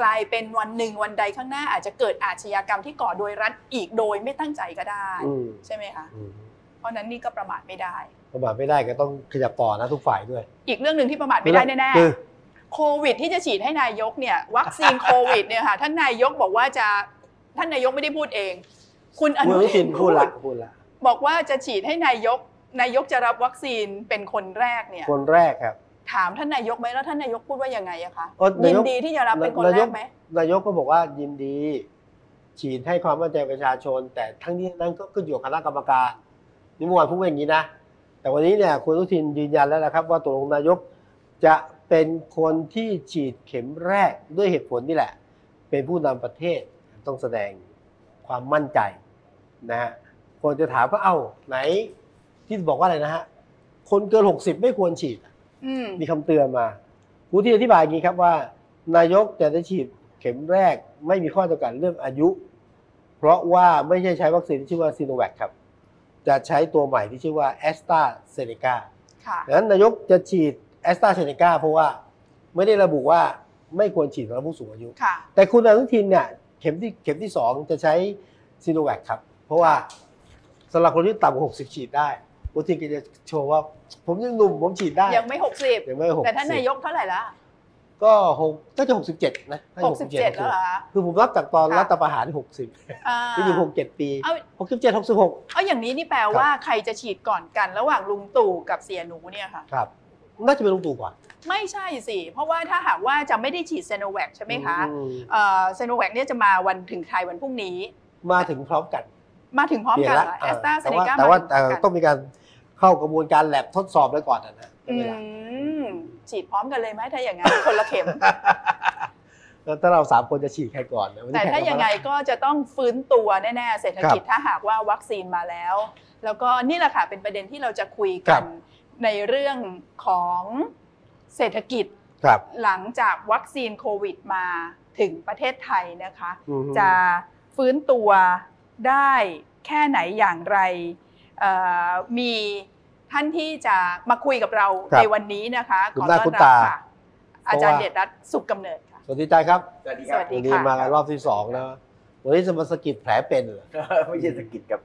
Speaker 2: กลายเป็นวันหนึ่งวันใดข้างหน้า อาจจะเกิดอาชญากรรมที่ก่อโดยรัฐอีกโดยไม่ตั้งใจก็ได้
Speaker 1: อืม
Speaker 2: ใช่ไหมคะ
Speaker 1: อืม
Speaker 2: เพราะฉะนั้นนี่ก็ประมาทไม่ได้
Speaker 1: ประมาทไม่ได้ก็ต้องขยับต่อนะทุกฝ่ายด้วย
Speaker 2: อีกเรื่องหนึ่งที่ประมาทไม่ได้แน่
Speaker 1: คือ
Speaker 2: ๆ โควิดที่จะฉีดให้นายกเนี่ยวัคซีนโควิดเนี่ยค่ะท่านนายกบอกว่าจะท่านนายกไม่ได้พูดเอง คุณอ
Speaker 1: คุณ
Speaker 2: นุ
Speaker 1: อนุ
Speaker 2: ทิ
Speaker 1: ทิ
Speaker 2: น
Speaker 1: น
Speaker 2: พู
Speaker 1: พู
Speaker 2: ด
Speaker 1: ด [LAUGHS] ละพูดละ
Speaker 2: บอกว่าจะฉีดให้นายก นายกจะรับวัคซีนเป็นคนแรกเนี่ย
Speaker 1: คนแรกครับ
Speaker 2: ถามท่านนายกไหมแล้วท่านนายกพูดว่ายังไงอะคะ
Speaker 1: ก็นายก
Speaker 2: ยินดีที่จะรับเป็นคนแรกไหม
Speaker 1: นายกก็บอกว่ายินดี ฉีดให้ความมั่นใจประชาชน แต่ทั้งนี้ทั้งนั้นก็ขึ้นอยู่กับคณะกรรมการนี่เมื่อวานพูดไว้อย่างนี้นะ แต่วันนี้เนี่ยคุณอนุทินยืนยันแล้วนะครับ ว่าตกลงนายกจะเป็นคนที่ฉีดเข็มแรกด้วยเหตุผลนี่แหละ เป็นผู้นำประเทศต้องแสดงความมั่นใจนะฮะ คนจะถามว่าเอ้าไหน ที่บอกว่าอะไรนะฮะ คนเกินหกสิบไม่ควรฉีด
Speaker 2: อืม
Speaker 1: มีคำเตือนมาผู้ที่อธิบายอย่างนี้ครับว่า นายกจะได้ฉีดเข็มแรกไม่มีข้อจำกัดเรื่องอายุ เพราะว่าไม่ใช่ใช้วัคซีนที่ชื่อว่าซีโนแวคครับ จะใช้ตัวใหม่ที่ชื่อว่าแอสตราเซเนกา
Speaker 2: ค่ะ
Speaker 1: ดังนั้นนายกจะฉีดแอสตราเซเนกาเพราะว่าไม่ได้ระบุว่าไม่ควรฉีดสำหรับผู้สูงอายุ
Speaker 2: ค่ะ
Speaker 1: แต่คุณอนุทินเนี่ยเข็มที่เข็มที่สองจะใช้ซีโนแวคครับ เพราะว่าสำหรับคนที่ต่ำกว่า60 ฉีดได้อุทินก็จะโชว์ว่า ผมยังหนุ่มผมฉีดได้
Speaker 2: ยังไม่หกสิบ
Speaker 1: ยังไม่หก
Speaker 2: แต่ท่านนายกเท่าไหร่ละ
Speaker 1: ก็หกก็จะหกสิบเจ็ดนะน่า
Speaker 2: ห
Speaker 1: จะ
Speaker 2: กสิบเจ็ดแล้วเหรอคะ
Speaker 1: คือผมรับจากตอน
Speaker 2: ค่ะ
Speaker 1: รัฐประหารหกสิบ
Speaker 2: อ่า
Speaker 1: ก็อยู่หกเจ็ดปี
Speaker 2: เอา
Speaker 1: หกสิบเจ็ดหกสิบหก
Speaker 2: เอาอย่างนี้นี่แปล
Speaker 1: ครับ
Speaker 2: ว่าใครจะฉีดก่อนกันระหว่างลุงตู่กับเสียหนูเนี่ยค่ะ
Speaker 1: ครับ น่าจะเป็นลุงตู่ก่อน
Speaker 2: ไม่ใช่สิ เพราะว่าถ้าหากว่าจะไม่ได้ฉีดเซโนแวคใช่ไหมคะ
Speaker 1: อืม
Speaker 2: เซโนแวคเนี่ยจะมาวันถึงไทยวันพรุ่งนี้
Speaker 1: มาถึงพร้อมกัน
Speaker 2: มาถึงพร้อมกันเหรอ
Speaker 1: เป
Speaker 2: แอ
Speaker 1: ลี่ย
Speaker 2: สตราเซ
Speaker 1: แต่ว่าก
Speaker 2: เนา
Speaker 1: แต่ว่าเอ่อต้องมีการเข้ากระบวนการแลบทดสอบไว้ก่อนนะนะเป็น
Speaker 2: อื
Speaker 1: เวลาม
Speaker 2: ฉีดพร้อมกันเลยไหมถ้าอย่าง
Speaker 1: [LAUGHS]
Speaker 2: นั้นคนละเข็ม
Speaker 1: แล้วถ้าเรา [LAUGHS] สามคนจะฉีดใครก่อนนะวันนี้
Speaker 2: แต่ถ้า
Speaker 1: แข่
Speaker 2: ยัง
Speaker 1: กันม
Speaker 2: ไงก็จะต้องฟื้นตัวแน่ๆเศรษฐกิจถ้าหากว่าวัคซีนมาแล้ว แล้วก็นี่แหละค่ะเป็นประเด็นที่เราจะคุย
Speaker 1: ครั
Speaker 2: กัน
Speaker 1: บ
Speaker 2: ในเรื่องของเศรษฐกิจ
Speaker 1: ครับ
Speaker 2: หลังจากวัคซีนโควิดมาถึงประเทศไทยนะคะ
Speaker 1: อืม
Speaker 2: จะฟื้นตัวได้แค่ไหนอย่างไรเอ่อมีท่านที่จะมาคุยกับเราในวันนี้นะคะขอต้อนรับค่ะ อาจารย์เดชรัตน์สุขกำเนิดค่ะ
Speaker 1: สวัสดีใจารย์ครับ
Speaker 3: สวัสดีค
Speaker 2: ส
Speaker 3: รั
Speaker 2: วั
Speaker 3: บ
Speaker 2: ส
Speaker 1: วัน
Speaker 2: ดี
Speaker 1: นี้
Speaker 2: ค่ะ
Speaker 1: มากันรอบที่สองนะวันนี้จะมาสะกิดแผลเป็นเหรอ
Speaker 3: [LAUGHS] ไม่ใช่สะกิดกับ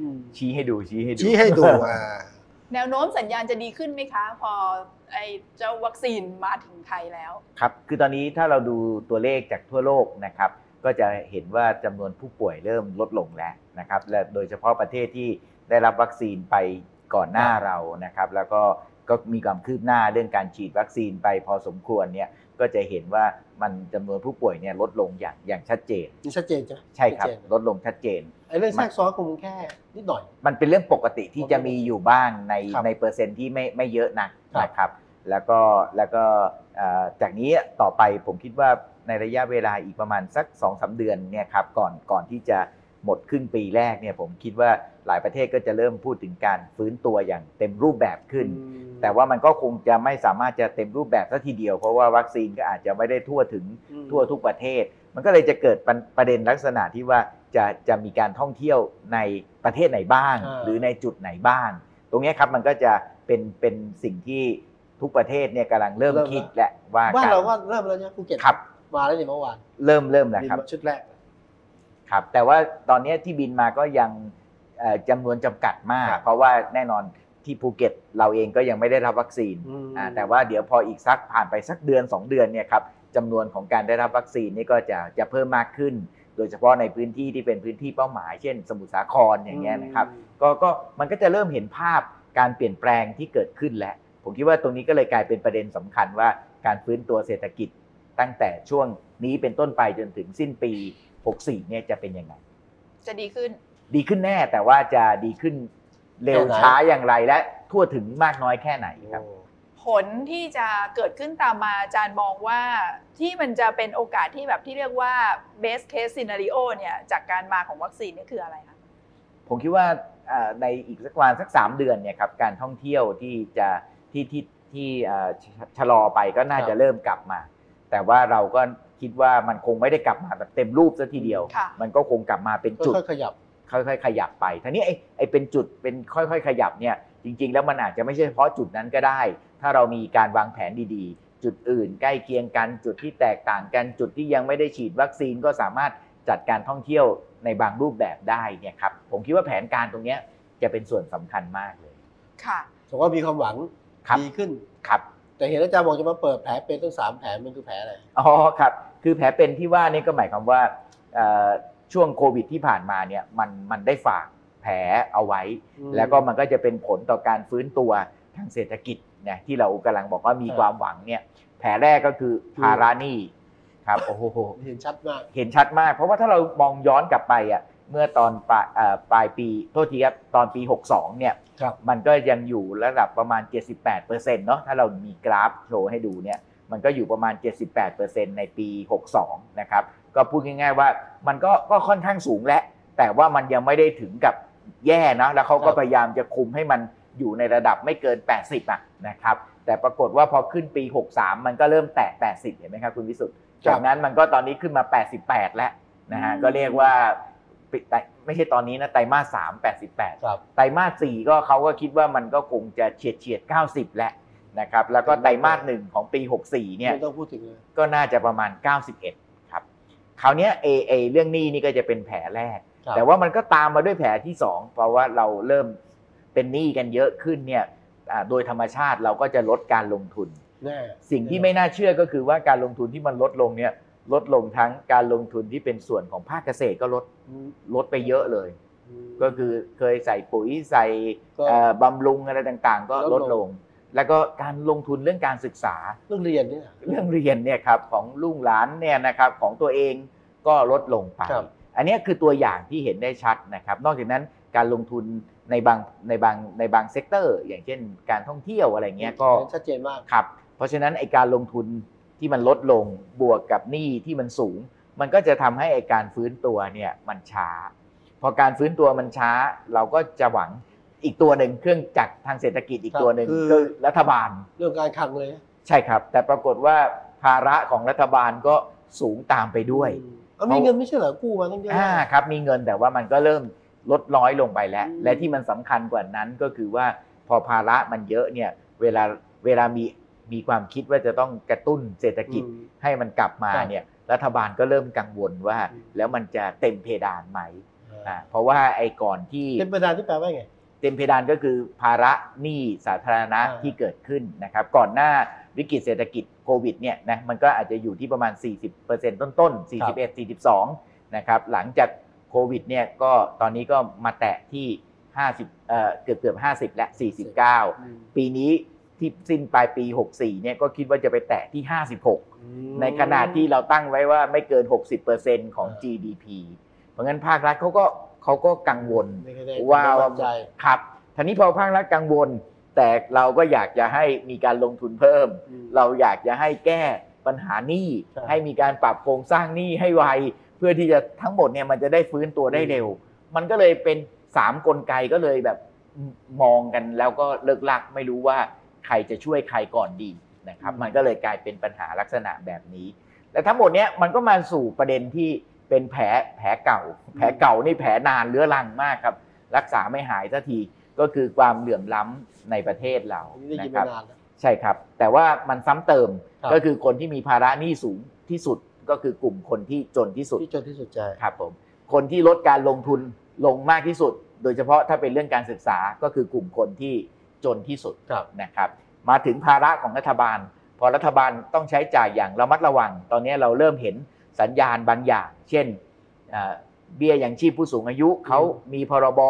Speaker 1: อืม
Speaker 3: ชี้ให้ดูชี้ให้ดู
Speaker 1: ชี้ให้ดูอ่า
Speaker 2: แนวโน้มสัญญาณจะดีขึ้นไหมคะ พอไอ้เจ้าวัคซีนมาถึงไทยแล้ว
Speaker 3: ครับ คือตอนนี้ถ้าเราดูตัวเลขจากทั่วโลกนะครับ ก็จะเห็นว่าจำนวนผู้ป่วยเริ่มลดลงแล้วนะครับ และโดยเฉพาะประเทศที่ได้รับวัคซีนไปก่อนหน้าเรานะครับ แล้วก็ก็มีความคืบหน้าเรื่องการฉีดวัคซีนไปพอสมควรเนี่ยก็จะเห็นว่ามันจำนวนผู้ป่วยเนี่ยลดลงอย่างอย่างชัดเจน
Speaker 1: นี่ชัดเจนใช่ไหม
Speaker 3: ใช่ครับ
Speaker 1: ชัดเจน
Speaker 3: ลดลงชัดเจน
Speaker 1: ไอ้เรื่องแทรกซ้อนคงแค่นิดหน่อย
Speaker 3: มันเป็นเรื่องปกติที่จะมีอยู่บ้างใน
Speaker 1: ครับ
Speaker 3: ในเปอร์เซ็นต์ที่ไม่ไม่เยอะนะครับ นะครับ แล้วก็แล้วก็เอ่อจากนี้ต่อไปผมคิดว่าในระยะเวลาอีกประมาณสัก2อสเดือนเนี่ยครับก่อนก่อนที่จะหมดครึ่งปีแรกเนี่ยผมคิดว่าหลายประเทศก็จะเริ่มพูดถึงการฟื้นตัวอย่างเต็มรูปแบบขึ้น แต่ว่ามันก็คงจะไม่สามารถจะเต็มรูปแบบซะทีเดียว เพราะว่าวัคซีนก็อาจจะไม่ได้ทั่วถึง ทั่วทุกประเทศ มันก็เลยจะเกิดปัญประเด็นลักษณะที่ว่าจะจะมีการท่องเที่ยวในประเทศไหนบ้าง
Speaker 1: อ่า
Speaker 3: หรือในจุดไหนบ้าง ตรงเนี้ยครับมันก็จะเป็นเป็นสิ่งที่ทุกประเทศเนี่ยกำลังเริ่มคิดแหละว่า
Speaker 1: บ้าน
Speaker 3: การ
Speaker 1: เราก็เริ่มแล้วเนี่ยภูเก็ต
Speaker 3: ครับ
Speaker 1: มาแล้วเนี่ยเมื่อวาน
Speaker 3: เริ่มเริ่มแล้วครับ
Speaker 1: บิชุดแรก
Speaker 3: ครับ แต่ว่าตอนเนี้ยที่บินมาก็ยังเอ่อจำนวนจำกัดมาก
Speaker 1: ครับ
Speaker 3: เพราะว่าแน่นอนที่ภูเก็ตเราเองก็ยังไม่ได้รับวัคซีน
Speaker 1: อืม
Speaker 3: อ่าแต่ว่าเดี๋ยวพออีกสักผ่านไปสักเดือน 2 เดือนเนี่ยครับจำนวนของการได้รับวัคซีนนี่ก็จะจะเพิ่มมากขึ้น โดยเฉพาะในพื้นที่ที่เป็นพื้นที่เป้าหมาย เช่น สมุทรสาครอย่างเงี้ยนะครับก็ก็มันก็จะเริ่มเห็นภาพการเปลี่ยนแปลงที่เกิดขึ้นแล้ว ผมคิดว่าตรงนี้ก็เลยกลายเป็นประเด็นสำคัญว่าการฟื้นตัวเศรษฐกิจตั้งแต่ช่วงนี้เป็นต้นไปจนถึงสิ้นปี 64เนี่ยจะเป็นยังไง
Speaker 2: จะดีขึ้น
Speaker 3: ดีขึ้นแน่แต่ว่าจะดีขึ้นเร็ว
Speaker 1: แค่ไหน
Speaker 3: ช้าอย่างไรและทั่วถึงมากน้อยแค่ไหนครับ
Speaker 1: โอ้
Speaker 2: ผลที่จะเกิดขึ้นตามมาอาจารย์มองว่าที่มันจะเป็นโอกาสที่แบบที่เรียกว่า best case scenario เนี่ยจากการมาของวัคซีนนี่คืออะไรคะ
Speaker 3: ผมคิดว่าเอ่อในอีกสักวันสักสามเดือนเนี่ยครับการท่องเที่ยวที่จะที่ที่ที่เอ่อชะชะลอไปก็น่าจะเริ่มกลับมา แต่ว่าเราก็คิดว่ามันคงไม่ได้กลับมาแบบเต็มรูปซะทีเดียว
Speaker 2: ค่ะ
Speaker 3: มันก็คงกลับมาเป็นจุด
Speaker 1: ค่อยๆขยับ
Speaker 3: ค่อยๆ ขยับไปทีนี้ไอ้ไอ้เป็นจุดเป็นค่อยๆ ขยับเนี่ยจริงๆ แล้วมันอาจจะไม่ใช่เฉพาะจุดนั้นก็ได้ ถ้าเรามีการวางแผนดีๆ จุดอื่น ใกล้เคียงกันจุดที่แตกต่างกันจุดที่ยังไม่ได้ฉีดวัคซีนก็สามารถจัดการท่องเที่ยวในบางรูปแบบได้เนี่ยครับผมคิดว่าแผนการตรงเนี้ยจะเป็นส่วนสำคัญมากเลย
Speaker 2: ค่ะ
Speaker 1: ผมว่ามีความหวัง
Speaker 3: ครับ
Speaker 1: ดีขึ้น
Speaker 3: ครับ
Speaker 1: แต่เห็นอาจารย์บอกจะมาเปิดแผลเป็นตั้งสามแผลมันคือแผลอะไร
Speaker 3: อ๋อครับคือแผลเป็นที่ว่านี่ก็หมายความว่าเอ่อช่วงโควิดที่ผ่านมาเนี่ยมันมันได้ฝากแผลเอาไว้ แล้วก็มันก็จะเป็นผลต่อการฟื้นตัวทางเศรษฐกิจนะที่เรากำลังบอกว่ามี
Speaker 1: ครับ
Speaker 3: ความหวังเนี่ยแผลแรกก็คือภาระหนี้ครับโอ้โห
Speaker 1: เห็นชัดมาก
Speaker 3: เห็นชัดมาก เพราะว่าถ้าเรามองย้อนกลับไปอ่ะเมื่อตอนปลายเอ่อปลายปีโทษทีครับตอนปี 62เนี่ย
Speaker 1: ครับ
Speaker 3: มันก็ยังอยู่ระดับประมาณ 78%เนาะถ้าเรามีกราฟโชว์ให้ดูเนี่ยมันก็อยู่ประมาณ 78%ในปี 62นะครับก็พูดง่ายๆว่ามันก็ก็ค่อนข้างสูงแล้วแต่ว่ามันยังไม่ได้ถึงกับ แย่นะแล้วเขา
Speaker 1: ค
Speaker 3: ก็
Speaker 1: รับ
Speaker 3: พยายามจะคุมให้มันอยู่ในระดับไม่เกิน 80อ่ะนะครับ แต่ปรากฏว่าพอขึ้นปี 63 มันก็เริ่มแตะ 80 เห็นไหมครับคุณวิสุทธิ์จากนั้นมันก็ตอนนี้ขึ้นมา 88 แล้วนะฮะ
Speaker 2: อืม
Speaker 3: ก็เรียกว่าปิดไตไม่ใช่ตอนนี้นะไตรมาสสาม88
Speaker 1: ครับ
Speaker 3: ไตรมาสสี่ก็เขาก็คิดว่ามันก็คงจะเฉียดเฉียด90 แหละนะครับ แล้วก็ไตรมาสหนึ่งของปี 64 เนี่ย
Speaker 1: ไม่ต้องพูดถึงเลย
Speaker 3: ก็น่าจะประมาณ 91 ครับ คราวเนี้ย AA เรื่องหนี้นี่ก็จะเป็นแผลแรก
Speaker 1: ครับ
Speaker 3: แต่ว่ามันก็ตามมาด้วยแผลที่ 2 เพราะว่าเราเริ่มเป็นหนี้กันเยอะขึ้นเนี่ยอ่าโดยธรรมชาติเราก็จะลดการลงทุน
Speaker 1: แน่
Speaker 3: สิ่งที่ไม่น่าเชื่อก็คือว่าการลงทุนที่มันลดลงเนี่ยลดลงทั้งการลงทุนที่เป็นส่วนของภาคเกษตรก็ลด
Speaker 1: อืม
Speaker 3: ลดไปเยอะเลย
Speaker 1: อืม
Speaker 3: ก็คือเคยใส่ปุ๋ยใส่
Speaker 1: ก็
Speaker 3: เอ่อบำรุงอะไรต่างๆ ก็ล
Speaker 1: ล
Speaker 3: ด
Speaker 1: ด
Speaker 3: ล
Speaker 1: ล
Speaker 3: ง
Speaker 1: ง
Speaker 3: แล้วก็การลงทุนเรื่องการศึกษา
Speaker 1: เรื่องเรียนเนี่ย
Speaker 3: เรื่องเรียนเนี่ยครับของลูกหลานเนี่ยนะครับของตัวเองก็ลดลงไป
Speaker 1: ครับ
Speaker 3: อันเนี้ยคือตัวอย่างที่เห็นได้ชัดนะครับ นอกจากนั้นการลงทุนในบางในบางในบางเซกเตอร์ อย่างเช่นการท่องเที่ยวอะไรเงี้ยก็
Speaker 1: ชัดเจนมาก
Speaker 3: ครับเพราะฉะนั้นไอการลงทุนที่มันลดลงบวกกับหนี้ที่มันสูง มันก็จะทำให้ไอการฟื้นตัวเนี่ยมันช้า พอการฟื้นตัวมันช้า เราก็จะหวังอีกตัวหนึ่งเครื่องจักรทางเศรษฐกิจอีก
Speaker 1: ครับ
Speaker 3: ตัวหนึ่ง
Speaker 1: คือ
Speaker 3: คือรัฐบาล
Speaker 1: เรื่องการขังเลย
Speaker 3: ใช่ครับ แต่ปรากฏว่าภาระของรัฐบาลก็สูงตามไปด้วย
Speaker 1: อืมเอามีเงินไม่ใช่เหรอกู้มาตั้งเยอะ
Speaker 3: อ่าครับมีเงินแต่ว่ามันก็เริ่มลดน้อยลงไปแล้ว
Speaker 1: อืม
Speaker 3: และที่มันสำคัญกว่านั้นก็คือว่าพอภาระมันเยอะเนี่ยเวลาเวลามีมีความคิดว่าจะต้องกระตุ้นเศรษฐกิจ
Speaker 1: อืม
Speaker 3: ให้มันกลับมา
Speaker 1: ครับ
Speaker 3: เนี่ยรัฐบาลก็เริ่มกังวลว่า
Speaker 1: อืม
Speaker 3: แล้วมันจะเต็มเพดานไหม
Speaker 1: อ่า
Speaker 3: อ่าเพราะว่าไอ้ก่อนที่
Speaker 1: เป็นประดานที่แปลว่าไง
Speaker 3: เต็มเพดานก็คือภาระหนี้สาธารณะ
Speaker 1: อ่า
Speaker 3: ที่เกิดขึ้นนะครับก่อนหน้าวิกฤตเศรษฐกิจโควิดเนี่ยนะมันก็อาจจะอยู่ที่ประมาณ 40%ต้นๆ 41 42 นะครับหลังจากโควิดเนี่ยก็ตอนนี้ก็มาแตะที่ 50เอ่อเกือบเกือบ 50 และ 49 ปีนี้ที่สิ้นปลายปี 64เนี่ยก็คิดว่าจะไปแตะที่ 56
Speaker 1: อืม
Speaker 3: ในขณะที่เราตั้งไว้ว่าไม่เกิน 60%ของ
Speaker 1: อ่า
Speaker 3: GDP เพราะงั้นภาครัฐเขาก็เขาก็กังวล
Speaker 1: ไม่ได้
Speaker 3: ว่า
Speaker 1: ไม่
Speaker 3: ว่า
Speaker 1: มั่นใจ
Speaker 3: ครับทีนี้พอภาครัฐกังวล แต่เราก็อยากจะให้มีการลงทุนเพิ่ม
Speaker 1: อืม
Speaker 3: เราอยากจะให้แก้ปัญหาหนี้
Speaker 1: ใช่
Speaker 3: ให้มีการปรับโครงสร้างหนี้ให้ไว เพื่อที่จะทั้งหมดเนี่ยมันจะได้ฟื้นตัวได้เร็ว มันก็เลยเป็นสามกลไกก็เลยแบบมมองกันแล้วก็เลิกลักไม่รู้ว่าใครจะช่วยใครก่อนดีนะครับ
Speaker 1: อืม
Speaker 3: มันก็เลยกลายเป็นปัญหาลักษณะแบบนี้ และทั้งหมดเนี้ยมันก็มาสู่ประเด็นที่เป็นแผลแผลเก่า แผลเก่านี่แผลนานเรื้อรังมากครับ รักษาไม่หายสักทีก็คือความเหลื่อมล้ำในประเทศเรา
Speaker 1: อันนี้ได้ยิน
Speaker 3: ครั
Speaker 1: มา
Speaker 3: บ
Speaker 1: นานแล้ว
Speaker 3: ใช่ครับ แต่ว่ามันซ้ำเติม
Speaker 1: ครับ
Speaker 3: ก็คือคนที่มีภาระหนี้สูงที่สุดก็คือกลุ่มคนที่จนที่สุด
Speaker 1: ที่จนที่สุดใจ
Speaker 3: ครับผมคนที่ลดการลงทุนลงมากที่สุด โดยเฉพาะถ้าเป็นเรื่องการศึกษาก็คือกลุ่มคนที่จนที่สุด
Speaker 1: ครับ
Speaker 3: นะครับ มาถึงภาระของรัฐบาล พอรัฐบาลต้องใช้จ่ายอย่างระมัดระวัง ตอนนี้เราเริ่มเห็นสัญญาณบางอย่าง เช่นเอ่อเบี้ยยังชีพผู้สูงอายุเขามีพรบ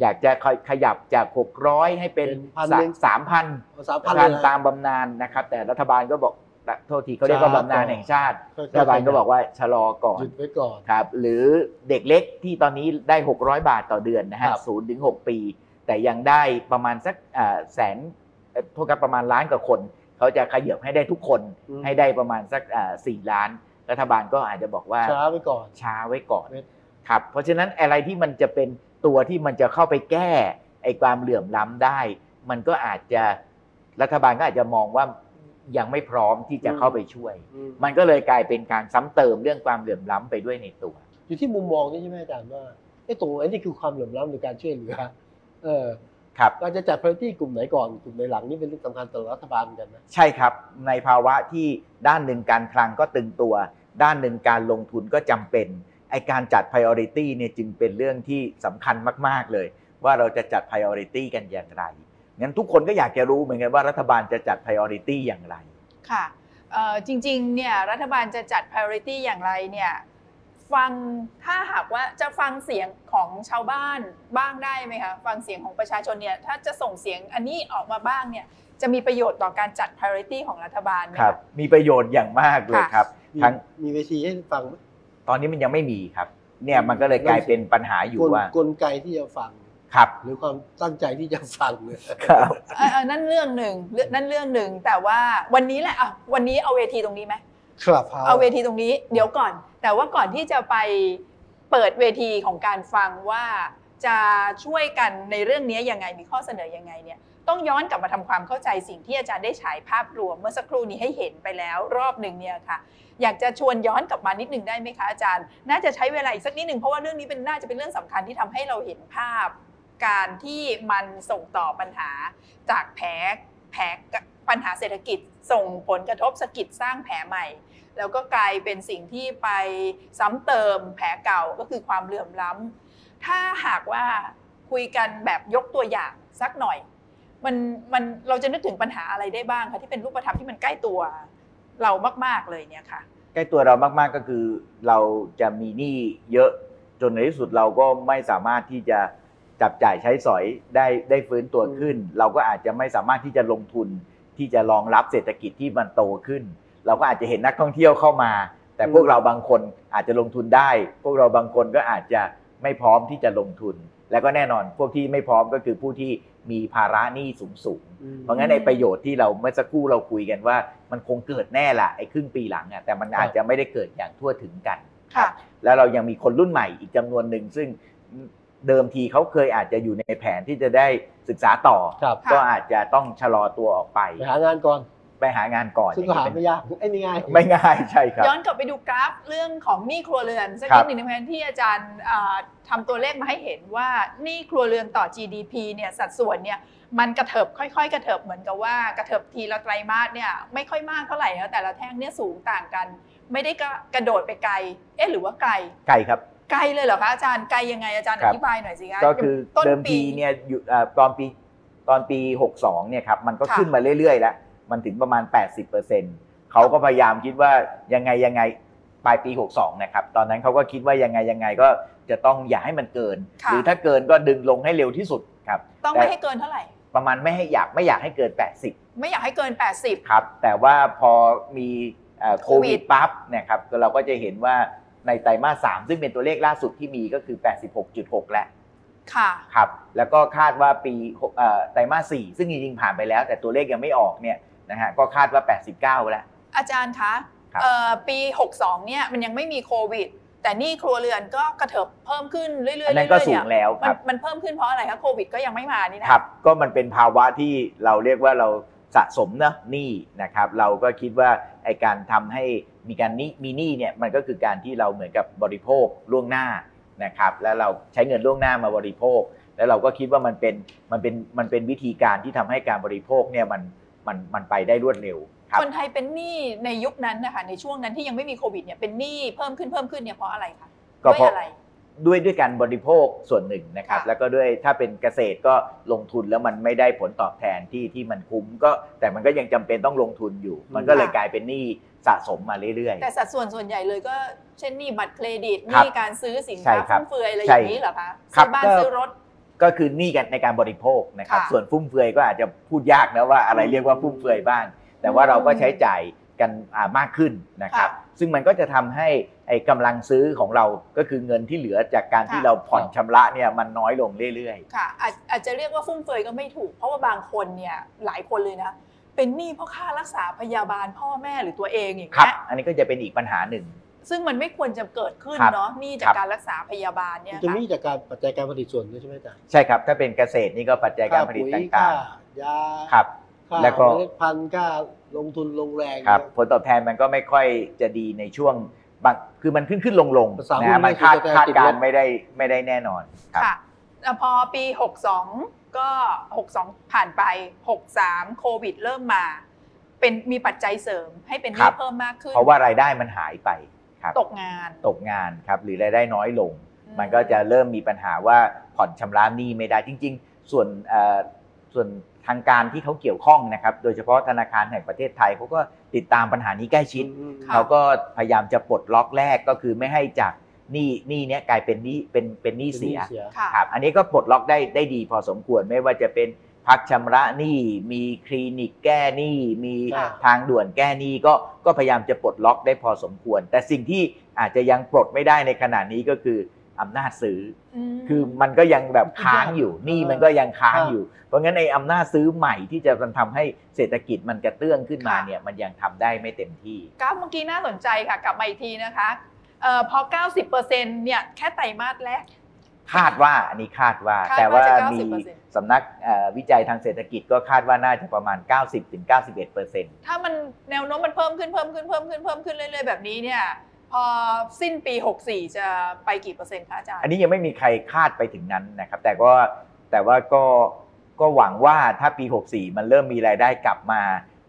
Speaker 3: อยากจะขยับจาก 600 ให้เป็น
Speaker 1: เป็น1,000
Speaker 3: สามพัน
Speaker 1: เอาสามพั
Speaker 3: กาน
Speaker 1: เลย
Speaker 3: ร
Speaker 1: นะ
Speaker 3: ตามบำนาญนะครับ แต่รัฐบาลก็บอกโทษทีเขาเรียกว่า
Speaker 1: ช้า
Speaker 3: บำนาญ
Speaker 1: ก่อน
Speaker 3: แห่งชาติ
Speaker 1: ค่ยๆ
Speaker 3: รัฐบาลก็บอกว่าชะลอก่อน
Speaker 1: หยุดไว้ก่อน
Speaker 3: ครับ หรือเด็กเล็กที่ตอนนี้ได้ 600 บาทต่อเดือนนะฮะ
Speaker 1: ครับ
Speaker 3: ศูนย์ถึงหกปี แต่ยังได้ประมาณสักอ่าแสนเอ่อโทษครับประมาณล้านกว่าคน เขาจะขยับให้ได้ทุกคน
Speaker 1: อืม
Speaker 3: ให้ได้ประมาณสักอ่าสี่ล้าน รัฐบาลก็อาจจะบอกว่า
Speaker 1: ช้าไว้ก่อน
Speaker 3: ช้าไว้ก่อน
Speaker 1: เว้ย
Speaker 3: ครับ เพราะฉะนั้นอะไรที่มันจะเป็นตัวที่มันจะเข้าไปแก้ไอ้ความเหลื่อมล้ำได้ มันก็อาจจะรัฐบาลก็อาจจะมองว่ายังไม่พร้อมที่จะเข้าไปช่วย มันก็เลยกลายเป็นการซ้ำเติมเรื่องความเหลื่อมล้ำไปด้วยในตัว
Speaker 1: อยู่ที่มุมมองนี่ใช่ไหมอาจารย์ว่าไอ้ตรงไอ้นี่คือความเหลื่อมล้ำหรือการช่วยเหลือเออ
Speaker 3: ครับ
Speaker 1: เราจะจัดพ r i o r i t y กลุ่มไหนก่อนกลุ่มไหนหลังนี่เป็นเรื่องสำคัญต่อรัฐบาลเหมือนกันนะ
Speaker 3: ใช่ครับ ในภาวะที่ด้านหนึ่งการคลังก็ตึงตัว ด้านหนึ่งการลงทุนก็จำเป็น ไอการจัด Priority เนี่ยจึงเป็นเรื่องที่สำคัญมาก ๆ เลย ว่าเราจะจัด Priority กันอย่างไร งั้นทุกคนก็อยากจะรู้เหมือนกันว่ารัฐบาลจะจัด Priority อย่างไร
Speaker 2: ค่ะเอ่อจริงๆ เนี่ยรัฐบาลจะจัด priority อย่างไรเนี่ยฟังถ้าหากว่าจะฟังเสียงของชาวบ้านบ้างได้ไหมคะฟังเสียงของประชาชนเนี่ยถ้าจะส่งเสียงอันนี้ออกมาบ้างเนี่ยจะมีประโยชน์ต่อการจัด priority ของรัฐบาลไหมะ
Speaker 3: มีประโยชน์อย่างมากเลยครับ
Speaker 1: มี
Speaker 3: ทั้ง
Speaker 1: มีเวทีให้ฟังไหม
Speaker 3: ตอนนี้มันยังไม่มีครับ เนี่ยมันก็เลยกลายเป็นปัญหาอยู่
Speaker 1: กล
Speaker 3: ว่า
Speaker 1: กลไกที่จะฟัง
Speaker 3: ครับ
Speaker 1: หรือความตั้งใจที่จะฟังเนี่ย
Speaker 3: ครับ
Speaker 2: เออเออนั่นเรื่องหนึ่งเรื่องนั่นเรื่องหนึ่งแต่ว่าวันนี้แหละอ่ะวันนี้เอาเวทีตรงนี้ไหม
Speaker 1: ครับเฮา
Speaker 2: เอาเวทีตรงนี้เดี๋ยวก่อน แต่ว่าก่อนที่จะไปเปิดเวทีของการฟังว่า จะช่วยกันในเรื่องนี้ยังไงมีข้อเสนอยังไงเนี่ยต้องย้อนกลับมาทำความเข้าใจสิ่งที่อาจารย์ได้ฉายภาพรวม เมื่อสักครู่นี้ให้เห็นไปแล้วรอบหนึ่งเนี่ยค่ะ อยากจะชวนย้อนกลับมานิดหนึ่งได้ไหมคะอาจารย์ น่าจะใช้เวลาอีกสักนิดหนึ่งเพราะว่าเรื่องนี้เป็นน่าจะเป็นเรื่องสำคัญที่ทำให้เราเห็นภาพ การที่มันส่งต่อปัญหาจากแผลแผลปัญหาเศรษฐกิจ ส่งผลกระทบสะกิดสร้างแผลใหม่ แล้วก็กลายเป็นสิ่งที่ไปซ้ำเติมแผลเก่าก็คือความเหลื่อมล้ำถ้าหากว่าคุยกันแบบยกตัวอย่างสักหน่อย มันมันเราจะนึกถึงปัญหาอะไรได้บ้างคะที่เป็นรูปธรรมที่มันใกล้ตัวเรามาก ๆเลยเนี่ยค่ะ
Speaker 3: ใกล้ตัวเรามากๆก็คือเราจะมีหนี้เยอะจนในที่สุดเราก็ไม่สามารถที่จะจับจ่ายใช้สอยได้ได้ฟื้นตัวขึ้น เราก็อาจจะไม่สามารถที่จะลงทุนที่จะรองรับเศรษฐกิจที่มันโตขึ้น เราก็อาจจะเห็นนักท่องเที่ยวเข้ามา แต่
Speaker 1: อืม
Speaker 3: พวกเราบางคนอาจจะลงทุนได้ พวกเราบางคนก็อาจจะไม่พร้อมที่จะลงทุน แล้วก็แน่นอนพวกที่ไม่พร้อมก็คือผู้ที่มีภาระหนี้สูงสูงๆ
Speaker 1: อืม
Speaker 3: เพราะงั้นในประโยชน์ที่เราเมื่อสักครู่เราคุยกันว่ามันคงเกิดแน่ละไอ้ครึ่งปีหลังอะแต่มัน
Speaker 1: ครับ
Speaker 3: อาจจะไม่ได้เกิดอย่างทั่วถึงกัน
Speaker 2: ค่ะ
Speaker 3: แล้วเรายังมีคนรุ่นใหม่อีกจำนวนหนึ่งซึ่งเดิมทีเขาเคยอาจจะอยู่ในแผนที่จะได้ศึกษาต่อ
Speaker 1: ครับ
Speaker 2: ค่ะ
Speaker 3: ก็อาจจะต้องชะลอตัวออกไป
Speaker 1: ไปหางานก่อน
Speaker 3: ไปหางานก่อน
Speaker 1: ซึ่งก็หา
Speaker 3: อย่าง
Speaker 1: ไม่
Speaker 3: นี้
Speaker 1: ยากไอ้ยนี่ง่าย
Speaker 3: เป็นไม่ง่ายใช่ครับ
Speaker 2: ย้อนกลับไปดูกราฟเรื่องของหนี้ครัวเรือนสัก
Speaker 3: ครั
Speaker 2: นิ
Speaker 3: บ
Speaker 2: ดหนึ่งในแผนที่อาจารย์อ่าทำาตัวเลขมาให้เห็นว่าหนี้ครัวเรือนต่อ GDP เนี่ยสัดส่วนเนี่ยมันกระเถิบค่อย ๆ กระเถิบเหมือนกับว่ากระเถิบทีละไตรมาสเนี่ยไม่ค่อยมากเท่าไหร่แล้วแต่ละแท่งเนี่ยสูงต่างกัน ไม่ได้กระกระโดดไปไกล เอ๊ะหรือว่าไกล
Speaker 3: ไกลครับ
Speaker 2: ไกลเลยเหรอคะอาจารย์ไกลยังไงอาจารย์
Speaker 3: ค
Speaker 2: อ
Speaker 3: รับ
Speaker 2: ธิบายหน่อยสิคะ
Speaker 3: ก็คือ
Speaker 2: ต้น
Speaker 3: เดิม
Speaker 2: ปี
Speaker 3: ทีเนี่ยอยู่เอ่อตอนปีตอนปี 62เนี่ยครับมันก็
Speaker 2: ค่ะ
Speaker 3: ขึ้นมาเรื่อยๆ แล้ว มันถึงประมาณ 80%เขาก็พยายามคิดว่ายังไงยังไงปลายปี 62นะครับตอนนั้นเขาก็คิดว่ายังไงยังไงก็จะต้องอย่าให้มันเกิน หรือถ้าเกินก็ดึงลงให้เร็วที่สุดครับ
Speaker 2: ต้องไม่ให้เกินเท่าไหร่
Speaker 3: ประมาณไม่ให้อยากไม่อยากให้เกิน 80
Speaker 2: ไม่อยากให้เกิน 80
Speaker 3: ครับ แต่ว่าพอมีเอ่อโค
Speaker 2: โควิ
Speaker 3: วิ
Speaker 2: ด
Speaker 3: ดปั๊บเนี่ยครับเราก็จะเห็นว่าในไตรมาส3ซึ่งเป็นตัวเลขล่าสุดที่มีก็คือ 86.6 แล้ว
Speaker 2: ค่ะ
Speaker 3: ครับแล้วก็คาดว่าปีหกเอ่อไตรมาสสี่ซึ่งจริงๆผ่านไปแล้ว แต่ตัวเลขยังไม่ออกเนี่ยนะฮะก็คาดว่า 89 แล้ว
Speaker 2: อาจารย์คะ
Speaker 3: ครับ
Speaker 2: เอ่อปี 62 เนี่ยมันยังไม่มีโควิด แต่หนี่ครัวเรือนก็กระเถิบเพิ่มขึ้นเรื่อยๆ
Speaker 3: อันนั้นก็
Speaker 2: เรื่อยๆ
Speaker 3: สูง
Speaker 2: เนี่ย
Speaker 3: แล้วค
Speaker 2: มัน
Speaker 3: รับ
Speaker 2: มันเพิ่มขึ้นเพราะอะไรคะโควิดก็ยังไม่มานี่นะครับ
Speaker 3: ก็มันเป็นภาวะที่เราเรียกว่าเราสะสมนะหนี้นะครับเราก็คิดว่าไอการทำให้มีการหนี้มีหนี้เนี่ยมันก็คือการที่เราเหมือนกับบริโภคล่วงหน้านะครับแล้วเราใช้เงินล่วงหน้ามาบริโภค แล้วเราก็คิดว่ามันเป็นมันเป็นมันเป็นวิธีการที่ทำให้การบริโภคเนี่ยมันมันมันไปได้รวดเร็วครับ
Speaker 2: คนไทยเป็นหนี้ในยุคนั้นนะคะในช่วงนั้นที่ยังไม่มีโควิดเนี่ยเป็นหนี้เพิ่มขึ้นเพิ่มขึ้นเนี่ยเพราะอะไรคะ
Speaker 3: ก็
Speaker 2: ด้วย
Speaker 3: เพราะ
Speaker 2: อะไร
Speaker 3: ด้วยด้วยการบริโภคส่วนหนึ่งนะครับ
Speaker 2: ค่ะ
Speaker 3: แล้วก็ด้วยถ้าเป็นเกษตรก็ลงทุนแล้วมันไม่ได้ผลตอบแทนที่ที่มันคุ้มก็แต่มันก็ยังจำเป็นต้องลงทุนอยู่ มันก็เลย
Speaker 2: ค่ะ
Speaker 3: กลายเป็นหนี้สะสมมาเรื่อย
Speaker 2: แต่สัดส่วนส่วนใหญ่เลยก็เช่นหนี้บัตรเครดิตห
Speaker 3: ครับ
Speaker 2: นี้การซื้อสิน
Speaker 3: ใช่
Speaker 2: ค้า
Speaker 3: ครั
Speaker 2: ฟุ่
Speaker 3: บ
Speaker 2: มเฟือยอะไรอ
Speaker 3: ใช่
Speaker 2: ย่างนี้เหรอคะ
Speaker 3: ครั
Speaker 2: ซื้
Speaker 3: บ
Speaker 2: อบ้าน
Speaker 3: ก็
Speaker 2: ซื้อรถ
Speaker 3: ๆ ก็คือหนี้กันในการบริโภคนะครับ
Speaker 2: ค่ะ
Speaker 3: ส่วนฟุ่มเฟือยก็อาจจะพูดยากนะว่าอะไรเรียกว่าฟุ่มเฟือยบ้าง แต่ว่าเราก็ใช้จ่ายกันอ่ามากขึ้นนะครับ
Speaker 2: ค่
Speaker 3: ซึ่งมันก็จะทำให้ไอ้กำลังซื้อของเราก็คือเงินที่เหลือจากการที่
Speaker 2: ค่ะ
Speaker 3: เราผ่อนชำระเนี่ยมันน้อยลงเรื่อย ๆ
Speaker 2: ค่ะอาจอาจจะเรียกว่าฟุ่มเฟือยก็ไม่ถูก เพราะว่าบางคนเนี่ยหลายคนเลยนะ เป็นหนี้เพราะค่ารักษาพยาบาลพ่อแม่หรือตัวเองอย่าง
Speaker 3: ครับ
Speaker 2: เงี้ย
Speaker 3: อันนี้ก็จะเป็นอีกปัญหาหนึ่ง
Speaker 2: ซึ่งมันไม่ควรจะเกิดขึ้น
Speaker 3: ครับ
Speaker 2: เนาะหนี้จา
Speaker 3: ครั
Speaker 2: ก
Speaker 3: บ
Speaker 2: การรักษาพยาบาลเนี่ย
Speaker 1: จะ
Speaker 2: ค่ะ
Speaker 1: มีจากการปัจจัยการผลิตส่วนด้วยใช่ไหมอาจารย์
Speaker 3: ใช่ครับ ถ้าเป็นเกษตรนี่ก็ปัจจัยการผลิต
Speaker 1: ค่ปุ๋ย
Speaker 3: ต่าง
Speaker 1: ค่ยา
Speaker 3: ๆ ครับ
Speaker 1: ค่า
Speaker 3: แล้วก็
Speaker 1: เมล็ดพันธุ์ค่าลงทุนลงแรง
Speaker 3: ครับ ผลตอบแทนมันก็ไม่ค่อยจะดีในช่วงบางคือมันขึ้นขึ้นลงลง
Speaker 1: ภาษาหุ้น
Speaker 3: นะฮะ
Speaker 1: ไม่
Speaker 3: มันคาด
Speaker 1: ใช่
Speaker 3: คาดการ
Speaker 1: ติดล
Speaker 3: ณ์
Speaker 1: บ
Speaker 3: ไม่ได้ไม่ได้แน่นอนครับ
Speaker 2: ค่ะแล้วพอปี 62 ก็ 62 ผ่านไป 63 โควิดเริ่มมา เป็นมีปัจจัยเสริมให้เป็นห
Speaker 3: ครั
Speaker 2: นี้
Speaker 3: บ
Speaker 2: เพิ่มมากขึ้น
Speaker 3: เพราะว่ารายได้มันหายไปครับ
Speaker 2: ตกงาน
Speaker 3: ตกงานครับ หรือรายได้น้อยลง
Speaker 2: อื
Speaker 3: มันก็จะเริ่มมีปัญหาว่าผ่อนชำระหนี้ไม่ได้จริง ๆ ส่วนเอ่อส่วนทางการที่เขาเกี่ยวข้องนะครับ โดยเฉพาะธนาคารแห่งประเทศไทยเขาก็ติดตามปัญหานี้ใกล้ชิด
Speaker 1: อืม
Speaker 2: ค่ะ
Speaker 3: เขาก็พยายามจะปลดล็อกแรกก็คือไม่ให้จากหนี้หนี้เนี้ยกลายเป็นหนี้เป็นเป็นหนี้เสีย
Speaker 2: ค่ะ
Speaker 3: ครับอันนี้ก็ปลดล็อกได้ได้ดีพอสมควรไม่ว่าจะเป็นพักชำระหนี้มีคลินิกแก้หนี้มี
Speaker 1: ค่ะ
Speaker 3: ทางด่วนแก้หนี้ก็ก็พยายามจะปลดล็อกได้พอสมควร แต่สิ่งที่อาจจะยังปลดไม่ได้ในขณะนี้ก็คืออำนาจซื้อ
Speaker 2: ม
Speaker 3: คือมันก็ยังแบบค้างอยู่หนี่มันก็ยังค้างอยู่ เพราะงั้นในอำนาจซื้อใหม่ที่จะมันทำให้เศรษฐกิจมันกระเตื้องขึ้นมา
Speaker 2: ค่ะ
Speaker 3: เนี่ยมันยังทำได้ไม่เต็มที่
Speaker 2: กราฟเมื่อกี้น่าสนใจค่ะ กลับมาอีกทีนะคะเอ่อพอ 90%เนี่ยแค่ไตรมาสแรก
Speaker 3: คาดว่าอันนี้คาดว่า
Speaker 2: คาดว่า
Speaker 3: แต่ว่า
Speaker 2: จะ
Speaker 3: มี
Speaker 2: 90%
Speaker 3: สำนักเอ่อวิจัยทางเศรษฐกิจก็คาดว่าน่าจะประมาณ 90-91%เปอร์เซ็นต์
Speaker 2: ถ้ามันแนวโน้มมันเพิ่มขึ้นเพิ่มขึ้นเพิ่มขึ้นเพิ่มขึ้นเรื่อยๆแบบนี้เนี่ย พอสิ้นปี 64 จะไปกี่เปอร์เซ็นต์คะอาจารย์
Speaker 3: อันนี้ยังไม่มีใครคาดไปถึงนั้นนะครับ แต่ก็แต่ว่าก็ก็หวังว่าถ้าปี 64 มันเริ่มมีรายได้กลับมา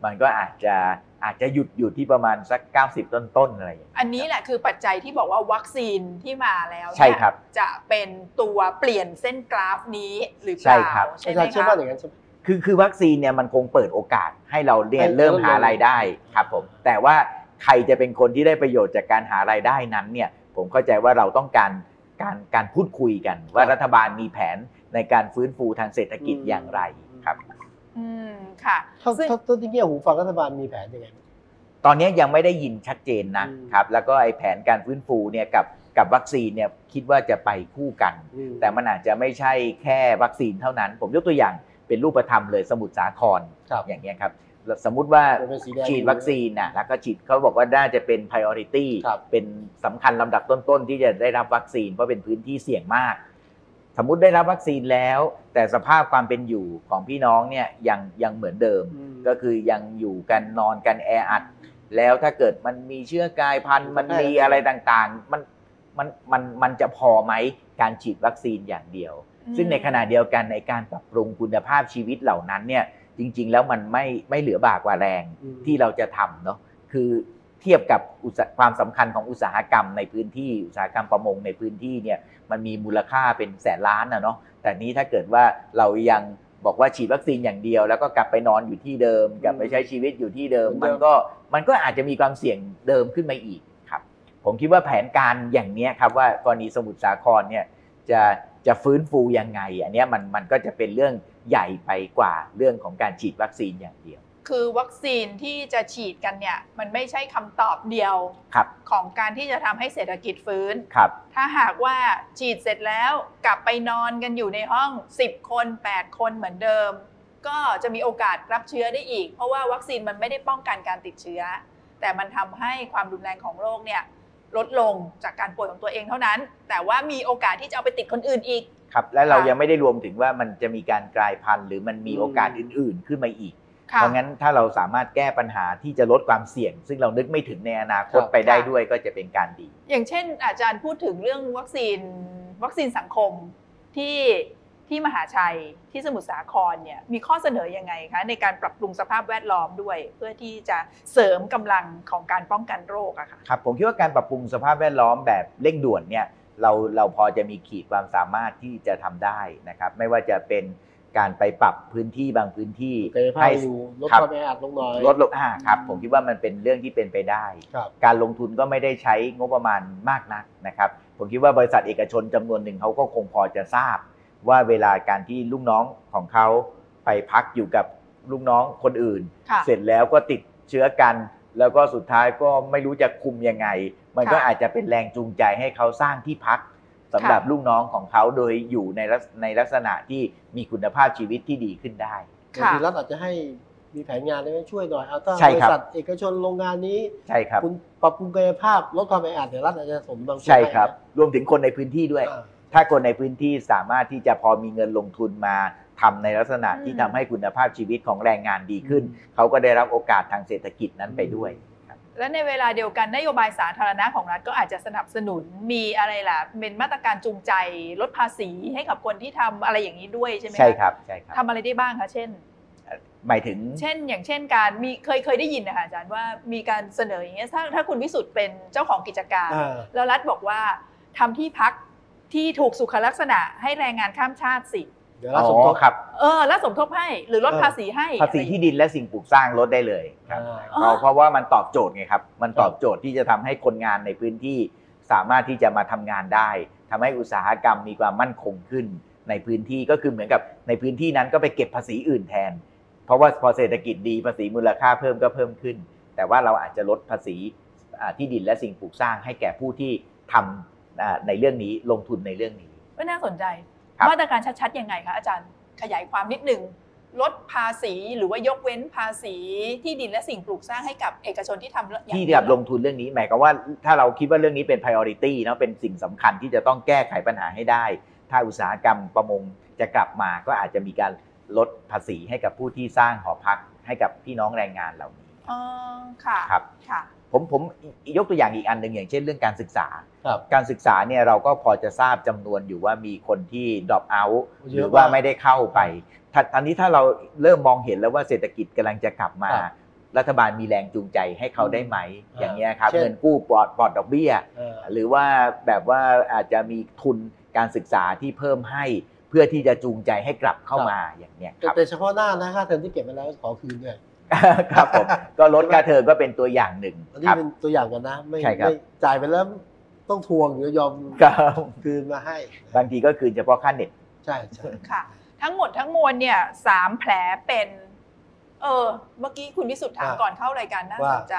Speaker 3: มันก็อาจจะอาจจะหยุดอยู่ที่ประมาณสัก 90 ต้นๆอะไรอย่างเงี้ย
Speaker 2: อันนี้แหละคือปัจจัยที่บอกว่าวัคซีนที่มาแล้วเนี่ย
Speaker 3: ใช่ครับ
Speaker 2: จะเป็นตัวเปลี่ยนเส้นกราฟนี้หรือเป
Speaker 3: ใช่
Speaker 2: ล่า
Speaker 3: ครับ
Speaker 1: อา
Speaker 2: ใช่ไห
Speaker 1: จาม รย์เชื่อ
Speaker 2: คะ
Speaker 1: ว่าอย่างนั้นใช่ไหม
Speaker 3: คือคือวัคซีนเนี่ยมันคงเปิดโอกาสให้เราเนี่ย
Speaker 1: ให้
Speaker 3: เริ่มหา
Speaker 1: เริ่ม
Speaker 3: รายได้ครับผมแต่ว่าใครจะเป็นคนที่ได้ประโยชน์จากการหารายได้นั้นเนี่ยผมเข้าใจว่าเราต้องการการการพูดคุยกัน ว่ารัฐบาลมีแผนในการฟื้นฟูทางเศรษฐกิจอย่างไรครับ
Speaker 2: อืมค่ะ
Speaker 1: ถ้า
Speaker 2: ซึ่ง
Speaker 1: ถ้าถ้าที่เนี่ยหูฟังรัฐบาลมีแผนยังไง
Speaker 3: ตอนนี้ยังไม่ได้ยินชัดเจนนะ
Speaker 1: อืม
Speaker 3: ครับแล้วก็ไอ้แผนการฟื้นฟูเนี่ยกับกับวัคซีนเนี่ยคิดว่าจะไปคู่กัน
Speaker 1: อืม
Speaker 3: แต่มันอาจจะไม่ใช่แค่วัคซีนเท่านั้น ผมยกตัวอย่างเป็นรูปธรรมเลยสมุทรสาคร
Speaker 1: ครับ
Speaker 3: อย่างเงี้ยครับแล้วสมมุติว่า
Speaker 1: มันเป็นสีแดง
Speaker 3: ฉีดวัคซีนนะแล้วก็ฉีดเขาบอกว่าน่าจะเป็น priority
Speaker 1: ครับ
Speaker 3: เป็นสำคัญลำดับต้นๆ ที่จะได้รับวัคซีนเพราะเป็นพื้นที่เสี่ยงมาก สมมติได้รับวัคซีนแล้ว แต่สภาพความเป็นอยู่ของพี่น้องเนี่ยยังยังเหมือนเดิม
Speaker 1: อืม
Speaker 3: ก็คือยังอยู่กันนอนกันแออัด แล้วถ้าเกิดมันมีเชื้อกลายพันธุ์ มันมีอะไรต่างๆ มันมันมันมันจะพอไหมการฉีดวัคซีนอย่างเดียว ซึ่งในขณะเดียวกันในการปรับปรุงคุณภาพชีวิตเหล่านั้นเนี่ยจริง ๆ แล้วมันไม่ไม่เหลือบากกว่าแรง
Speaker 1: อืม
Speaker 3: ที่เราจะทำเนาะคือเทียบกับอุตสาหความสำคัญของอุตสาหกรรมในพื้นที่อุตสาหกรรมประมงในพื้นที่เนี่ยมันมีมูลค่าเป็นแสนล้านนะเนาะแต่นี้ถ้าเกิดว่าเรายังบอกว่าฉีดวัคซีนอย่างเดียว แล้วก็กลับไปนอนอยู่ที่เดิม กลับไปใช้ชีวิตอยู่ที่เดิม
Speaker 1: เหมือนเดิ
Speaker 3: มัน
Speaker 1: ม
Speaker 3: ก็มันก็อาจจะมีความเสี่ยงเดิมขึ้นมาอีกครับ ผมคิดว่าแผนการอย่างเนี้ยครับว่ากรณีสมุทรสาครเนี่ย จะจะฟื้นฟูยังไง อันเนี้ยมันมันก็จะเป็นเรื่องใหญ่ไปกว่าเรื่องของการฉีดวัคซีนอย่างเดียว
Speaker 2: คือวัคซีนที่จะฉีดกันเนี่ยมันไม่ใช่คำตอบเดียว
Speaker 3: ครับ
Speaker 2: ของการที่จะทำให้เศรษฐกิจฟื้น
Speaker 3: ครับ
Speaker 2: ถ้าหากว่าฉีดเสร็จแล้วกลับไปนอนกันอยู่ในห้อง 10 คน 8 คนเหมือนเดิม ก็จะมีโอกาสรับเชื้อได้อีก เพราะว่าวัคซีนมันไม่ได้ป้องกันการติดเชื้อ แต่มันทำให้ความรุนแรงของโรคเนี่ยลดลงจากการป่วยของตัวเองเท่านั้น แต่ว่ามีโอกาสที่จะเอาไปติดคนอื่นอีก
Speaker 3: ครับ และเรา
Speaker 2: ค่ะ
Speaker 3: ยังไม่ได้รวมถึงว่ามันจะมีการกลายพันธุ์หรือมันมีโอกาสอื่น ๆ ขึ้นมาอีก
Speaker 2: ค่ะ
Speaker 3: เพราะงั้นถ้าเราสามารถแก้ปัญหาที่จะลดความเสี่ยง ซึ่งเรานึกไม่ถึงในอนาคต
Speaker 1: ครับ
Speaker 3: ไปได้
Speaker 2: ค่ะ
Speaker 3: ด้วยก็จะเป็นการดี
Speaker 2: อย่างเช่น อาจารย์พูดถึงเรื่องวัคซีนวัคซีนสังคมที่ที่มหาชัยที่สมุทรสาครเนี่ยมีข้อเสนอยังไงคะในการปรับปรุงสภาพแวดล้อมด้วย เพื่อที่จะเสริมกำลังของการป้องกันโรคอะค่ะ
Speaker 3: ครับผมคิดว่าการปรับปรุงสภาพแวดล้อมแบบเร่งด่วนเนี่ยเราเราพอจะมีขีดความสามารถที่จะทำได้นะครับ ไม่ว่าจะเป็นการไปปรับพื้นที่บางพื้นที่
Speaker 1: กายภาพ
Speaker 3: ให้
Speaker 1: อยู่ลด
Speaker 3: ครับ
Speaker 1: ความแออัดลงหน่อย
Speaker 3: ลดลงอ่าครับ
Speaker 2: อืม
Speaker 3: ผมคิดว่ามันเป็นเรื่องที่เป็นไปได้
Speaker 1: ครับ
Speaker 3: การลงทุนก็ไม่ได้ใช้งบประมาณมากนักนะครับ ผมคิดว่าบริษัทเอกชนจำนวนหนึ่งเขาก็คงพอจะทราบ ว่าเวลาการที่ลูกน้องของเขาไปพักอยู่กับลูกน้องคนอื่น
Speaker 2: ค่ะ
Speaker 3: เสร็จแล้วก็ติดเชื้อกัน แล้วก็สุดท้ายก็ไม่รู้จะคุมยังไง มันก็
Speaker 2: ค่ะ
Speaker 3: อาจจะเป็นแรงจูงใจให้เขาสร้างที่พักสำหรับ
Speaker 2: ค่ะ
Speaker 3: ลูกน้องของเขาโดยอยู่ในลักษในลักษณะที่มีคุณภาพชีวิตที่ดีขึ้นได้
Speaker 1: บางทีรัฐอาจจะให้มีแผนงานได้ไหมช่วยหน่อยเอาถ้า
Speaker 3: ใช่
Speaker 1: บริ
Speaker 3: ครับ
Speaker 1: ษัทเอกชนโรงงานนี้
Speaker 3: ใช่ครับ
Speaker 1: คุณปรับปรุงกายภาพลดความแออัดเดี๋ยวรัฐอาจจะสมบางส่วน
Speaker 3: ใช่
Speaker 1: ห้
Speaker 3: ครับ รวมถึงคนในพื้นที่ด้วย
Speaker 1: อ่า
Speaker 3: ถ้าคนในพื้นที่สามารถที่จะพอมีเงินลงทุนมาทำในลักษณะ
Speaker 2: อืม
Speaker 3: ที่ทำให้คุณภาพชีวิตของแรงงานดีขึ้น
Speaker 1: อืม
Speaker 3: เขาก็ได้รับโอกาสทางเศรษฐกิจนั้นไปด้วย
Speaker 2: และในเวลาเดียวกันนโยบายสาธารณะของรัฐก็อาจจะสนับสนุนมีอะไรล่ะเป็นมาตรการจูงใจลดภาษีให้กับคนที่ทำอะไรอย่างนี้ด้วยใช่ไหมะ
Speaker 3: ใช่ครับใช่ครับ
Speaker 2: ทำอะไรได้บ้างคะเช่น
Speaker 3: หมายถึง
Speaker 2: เช่นอย่างเช่นการมีเคยเคยได้ยินนะคะอาจารย์ว่ามีการเสนออย่างเงี้ยถ้าถ้าคุณวิสุทธ์เป็นเจ้าของกิจการ
Speaker 1: อ่า
Speaker 2: แล้วรัฐบอกว่าทำที่พักที่ถูกสุขลักษณะให้แรงงานข้ามชาติสิ
Speaker 1: เดี๋ยวรั
Speaker 3: อ๋
Speaker 1: ฐสมท
Speaker 3: อบ ครับ
Speaker 2: เออแล้วสมทบให้หรือลด
Speaker 1: เออ
Speaker 2: ภาษีให้
Speaker 3: ภาษีที่ดินและสิ่งปลูกสร้างลดได้เลยครับ
Speaker 1: อ่า
Speaker 2: อ๋อ
Speaker 3: เพราะเพราะว่ามันตอบโจทย์ไงครับ มันตอบโจทย์ที่จะทำให้คนงานในพื้นที่ สามารถที่จะมาทำงานได้ทำให้อุตสาหกรรมมีความมั่นคงขึ้น ในพื้นที่ก็คือเหมือนกับในพื้นที่นั้นก็ไปเก็บภาษีอื่นแทน เพราะว่าพอเศรษฐกิจดีภาษีมูลค่าเพิ่มก็เพิ่มขึ้น แต่ว่าเราอาจจะลดภาษีอ่าที่ดินและสิ่งปลูกสร้างให้แก่ผู้ที่ทำอ่าในเรื่องนี้ลงทุนในเรื่องนี้
Speaker 2: ไม่น่าสนใจ
Speaker 3: ครับ
Speaker 2: มาตรการชัดๆยังไงคะอาจารย์ขยายความนิดหนึ่งลดภาษีหรือว่ายกเว้นภาษีที่ดินและสิ่งปลูกสร้างให้กับเอกชนที่ทำอย่าง
Speaker 3: ที่
Speaker 2: นี้
Speaker 3: กับลงทุนเรื่องนี้หมายความว่าถ้าเราคิดว่าเรื่องนี้เป็น priority เนอะเป็นสิ่งสำคัญที่จะต้องแก้ไขปัญหาให้ได้ ถ้าอุตสาหกรรมประมงจะกลับมาก็อาจจะมีการลดภาษีให้กับผู้ที่สร้างหอพักให้กับพี่น้องแรงงานเหล่านี้
Speaker 2: อ๋อค่ะ
Speaker 3: ครับ
Speaker 2: ค่ะ
Speaker 3: ผมผมยกตัวอย่างอีกอันหนึ่งอย่างเช่นเรื่องการศึกษา
Speaker 1: ครับ
Speaker 3: การศึกษาเนี่ยเราก็พอจะทราบจำนวนอยู่ว่ามีคนที่ drop out
Speaker 1: เยอะมาก
Speaker 3: หรือว่าไม่ได้เข้าไปถ้าอันนี้ถ้าเราเริ่มมองเห็นแล้วว่าเศรษฐกิจกำลังจะกลับมา
Speaker 1: ครับ
Speaker 3: รัฐบาลมีแรงจูงใจให้เขาได้ไหม
Speaker 1: อ่า
Speaker 3: อย่างเงี้ยครับ
Speaker 1: เช่น
Speaker 3: เงินกู้ปลอดปลอดดอกเบี้ย
Speaker 1: เออ
Speaker 3: หรือว่าแบบว่าอาจจะมีทุนการศึกษาที่เพิ่มให้ เพื่อที่จะจูงใจให้กลับเข้า
Speaker 1: ครับ
Speaker 3: มาอย่างเนี้ยครับ
Speaker 1: แต่เฉพาะหน้านะค่าเทอมที่เก็บไปแล้วขอคืนด้วย
Speaker 3: ครับผมก็ลดค่าเทอมก็เป็นตัวอย่างหนึ่ง
Speaker 1: อันนี้
Speaker 3: ครับ
Speaker 1: เป็นตัวอย่างกันนะ ไม่
Speaker 3: ใช่ครับ
Speaker 1: ไม่จ่ายไปแล้วต้องทวงหรือยอม
Speaker 3: ครับ [LAUGHS]
Speaker 1: คืนมาให้
Speaker 3: บางทีก็คืนเฉพาะค่าเน็ต
Speaker 1: ใช่ใช่
Speaker 2: ค่ะ ทั้งหมดทั้งมวลเนี่ยสามแผลเป็น เออ เมื่อกี้คุณวิสุทธิ์ถาม
Speaker 1: ว่า
Speaker 2: ก่อนเข้ารายการน่า
Speaker 1: ว่า
Speaker 2: สนใจ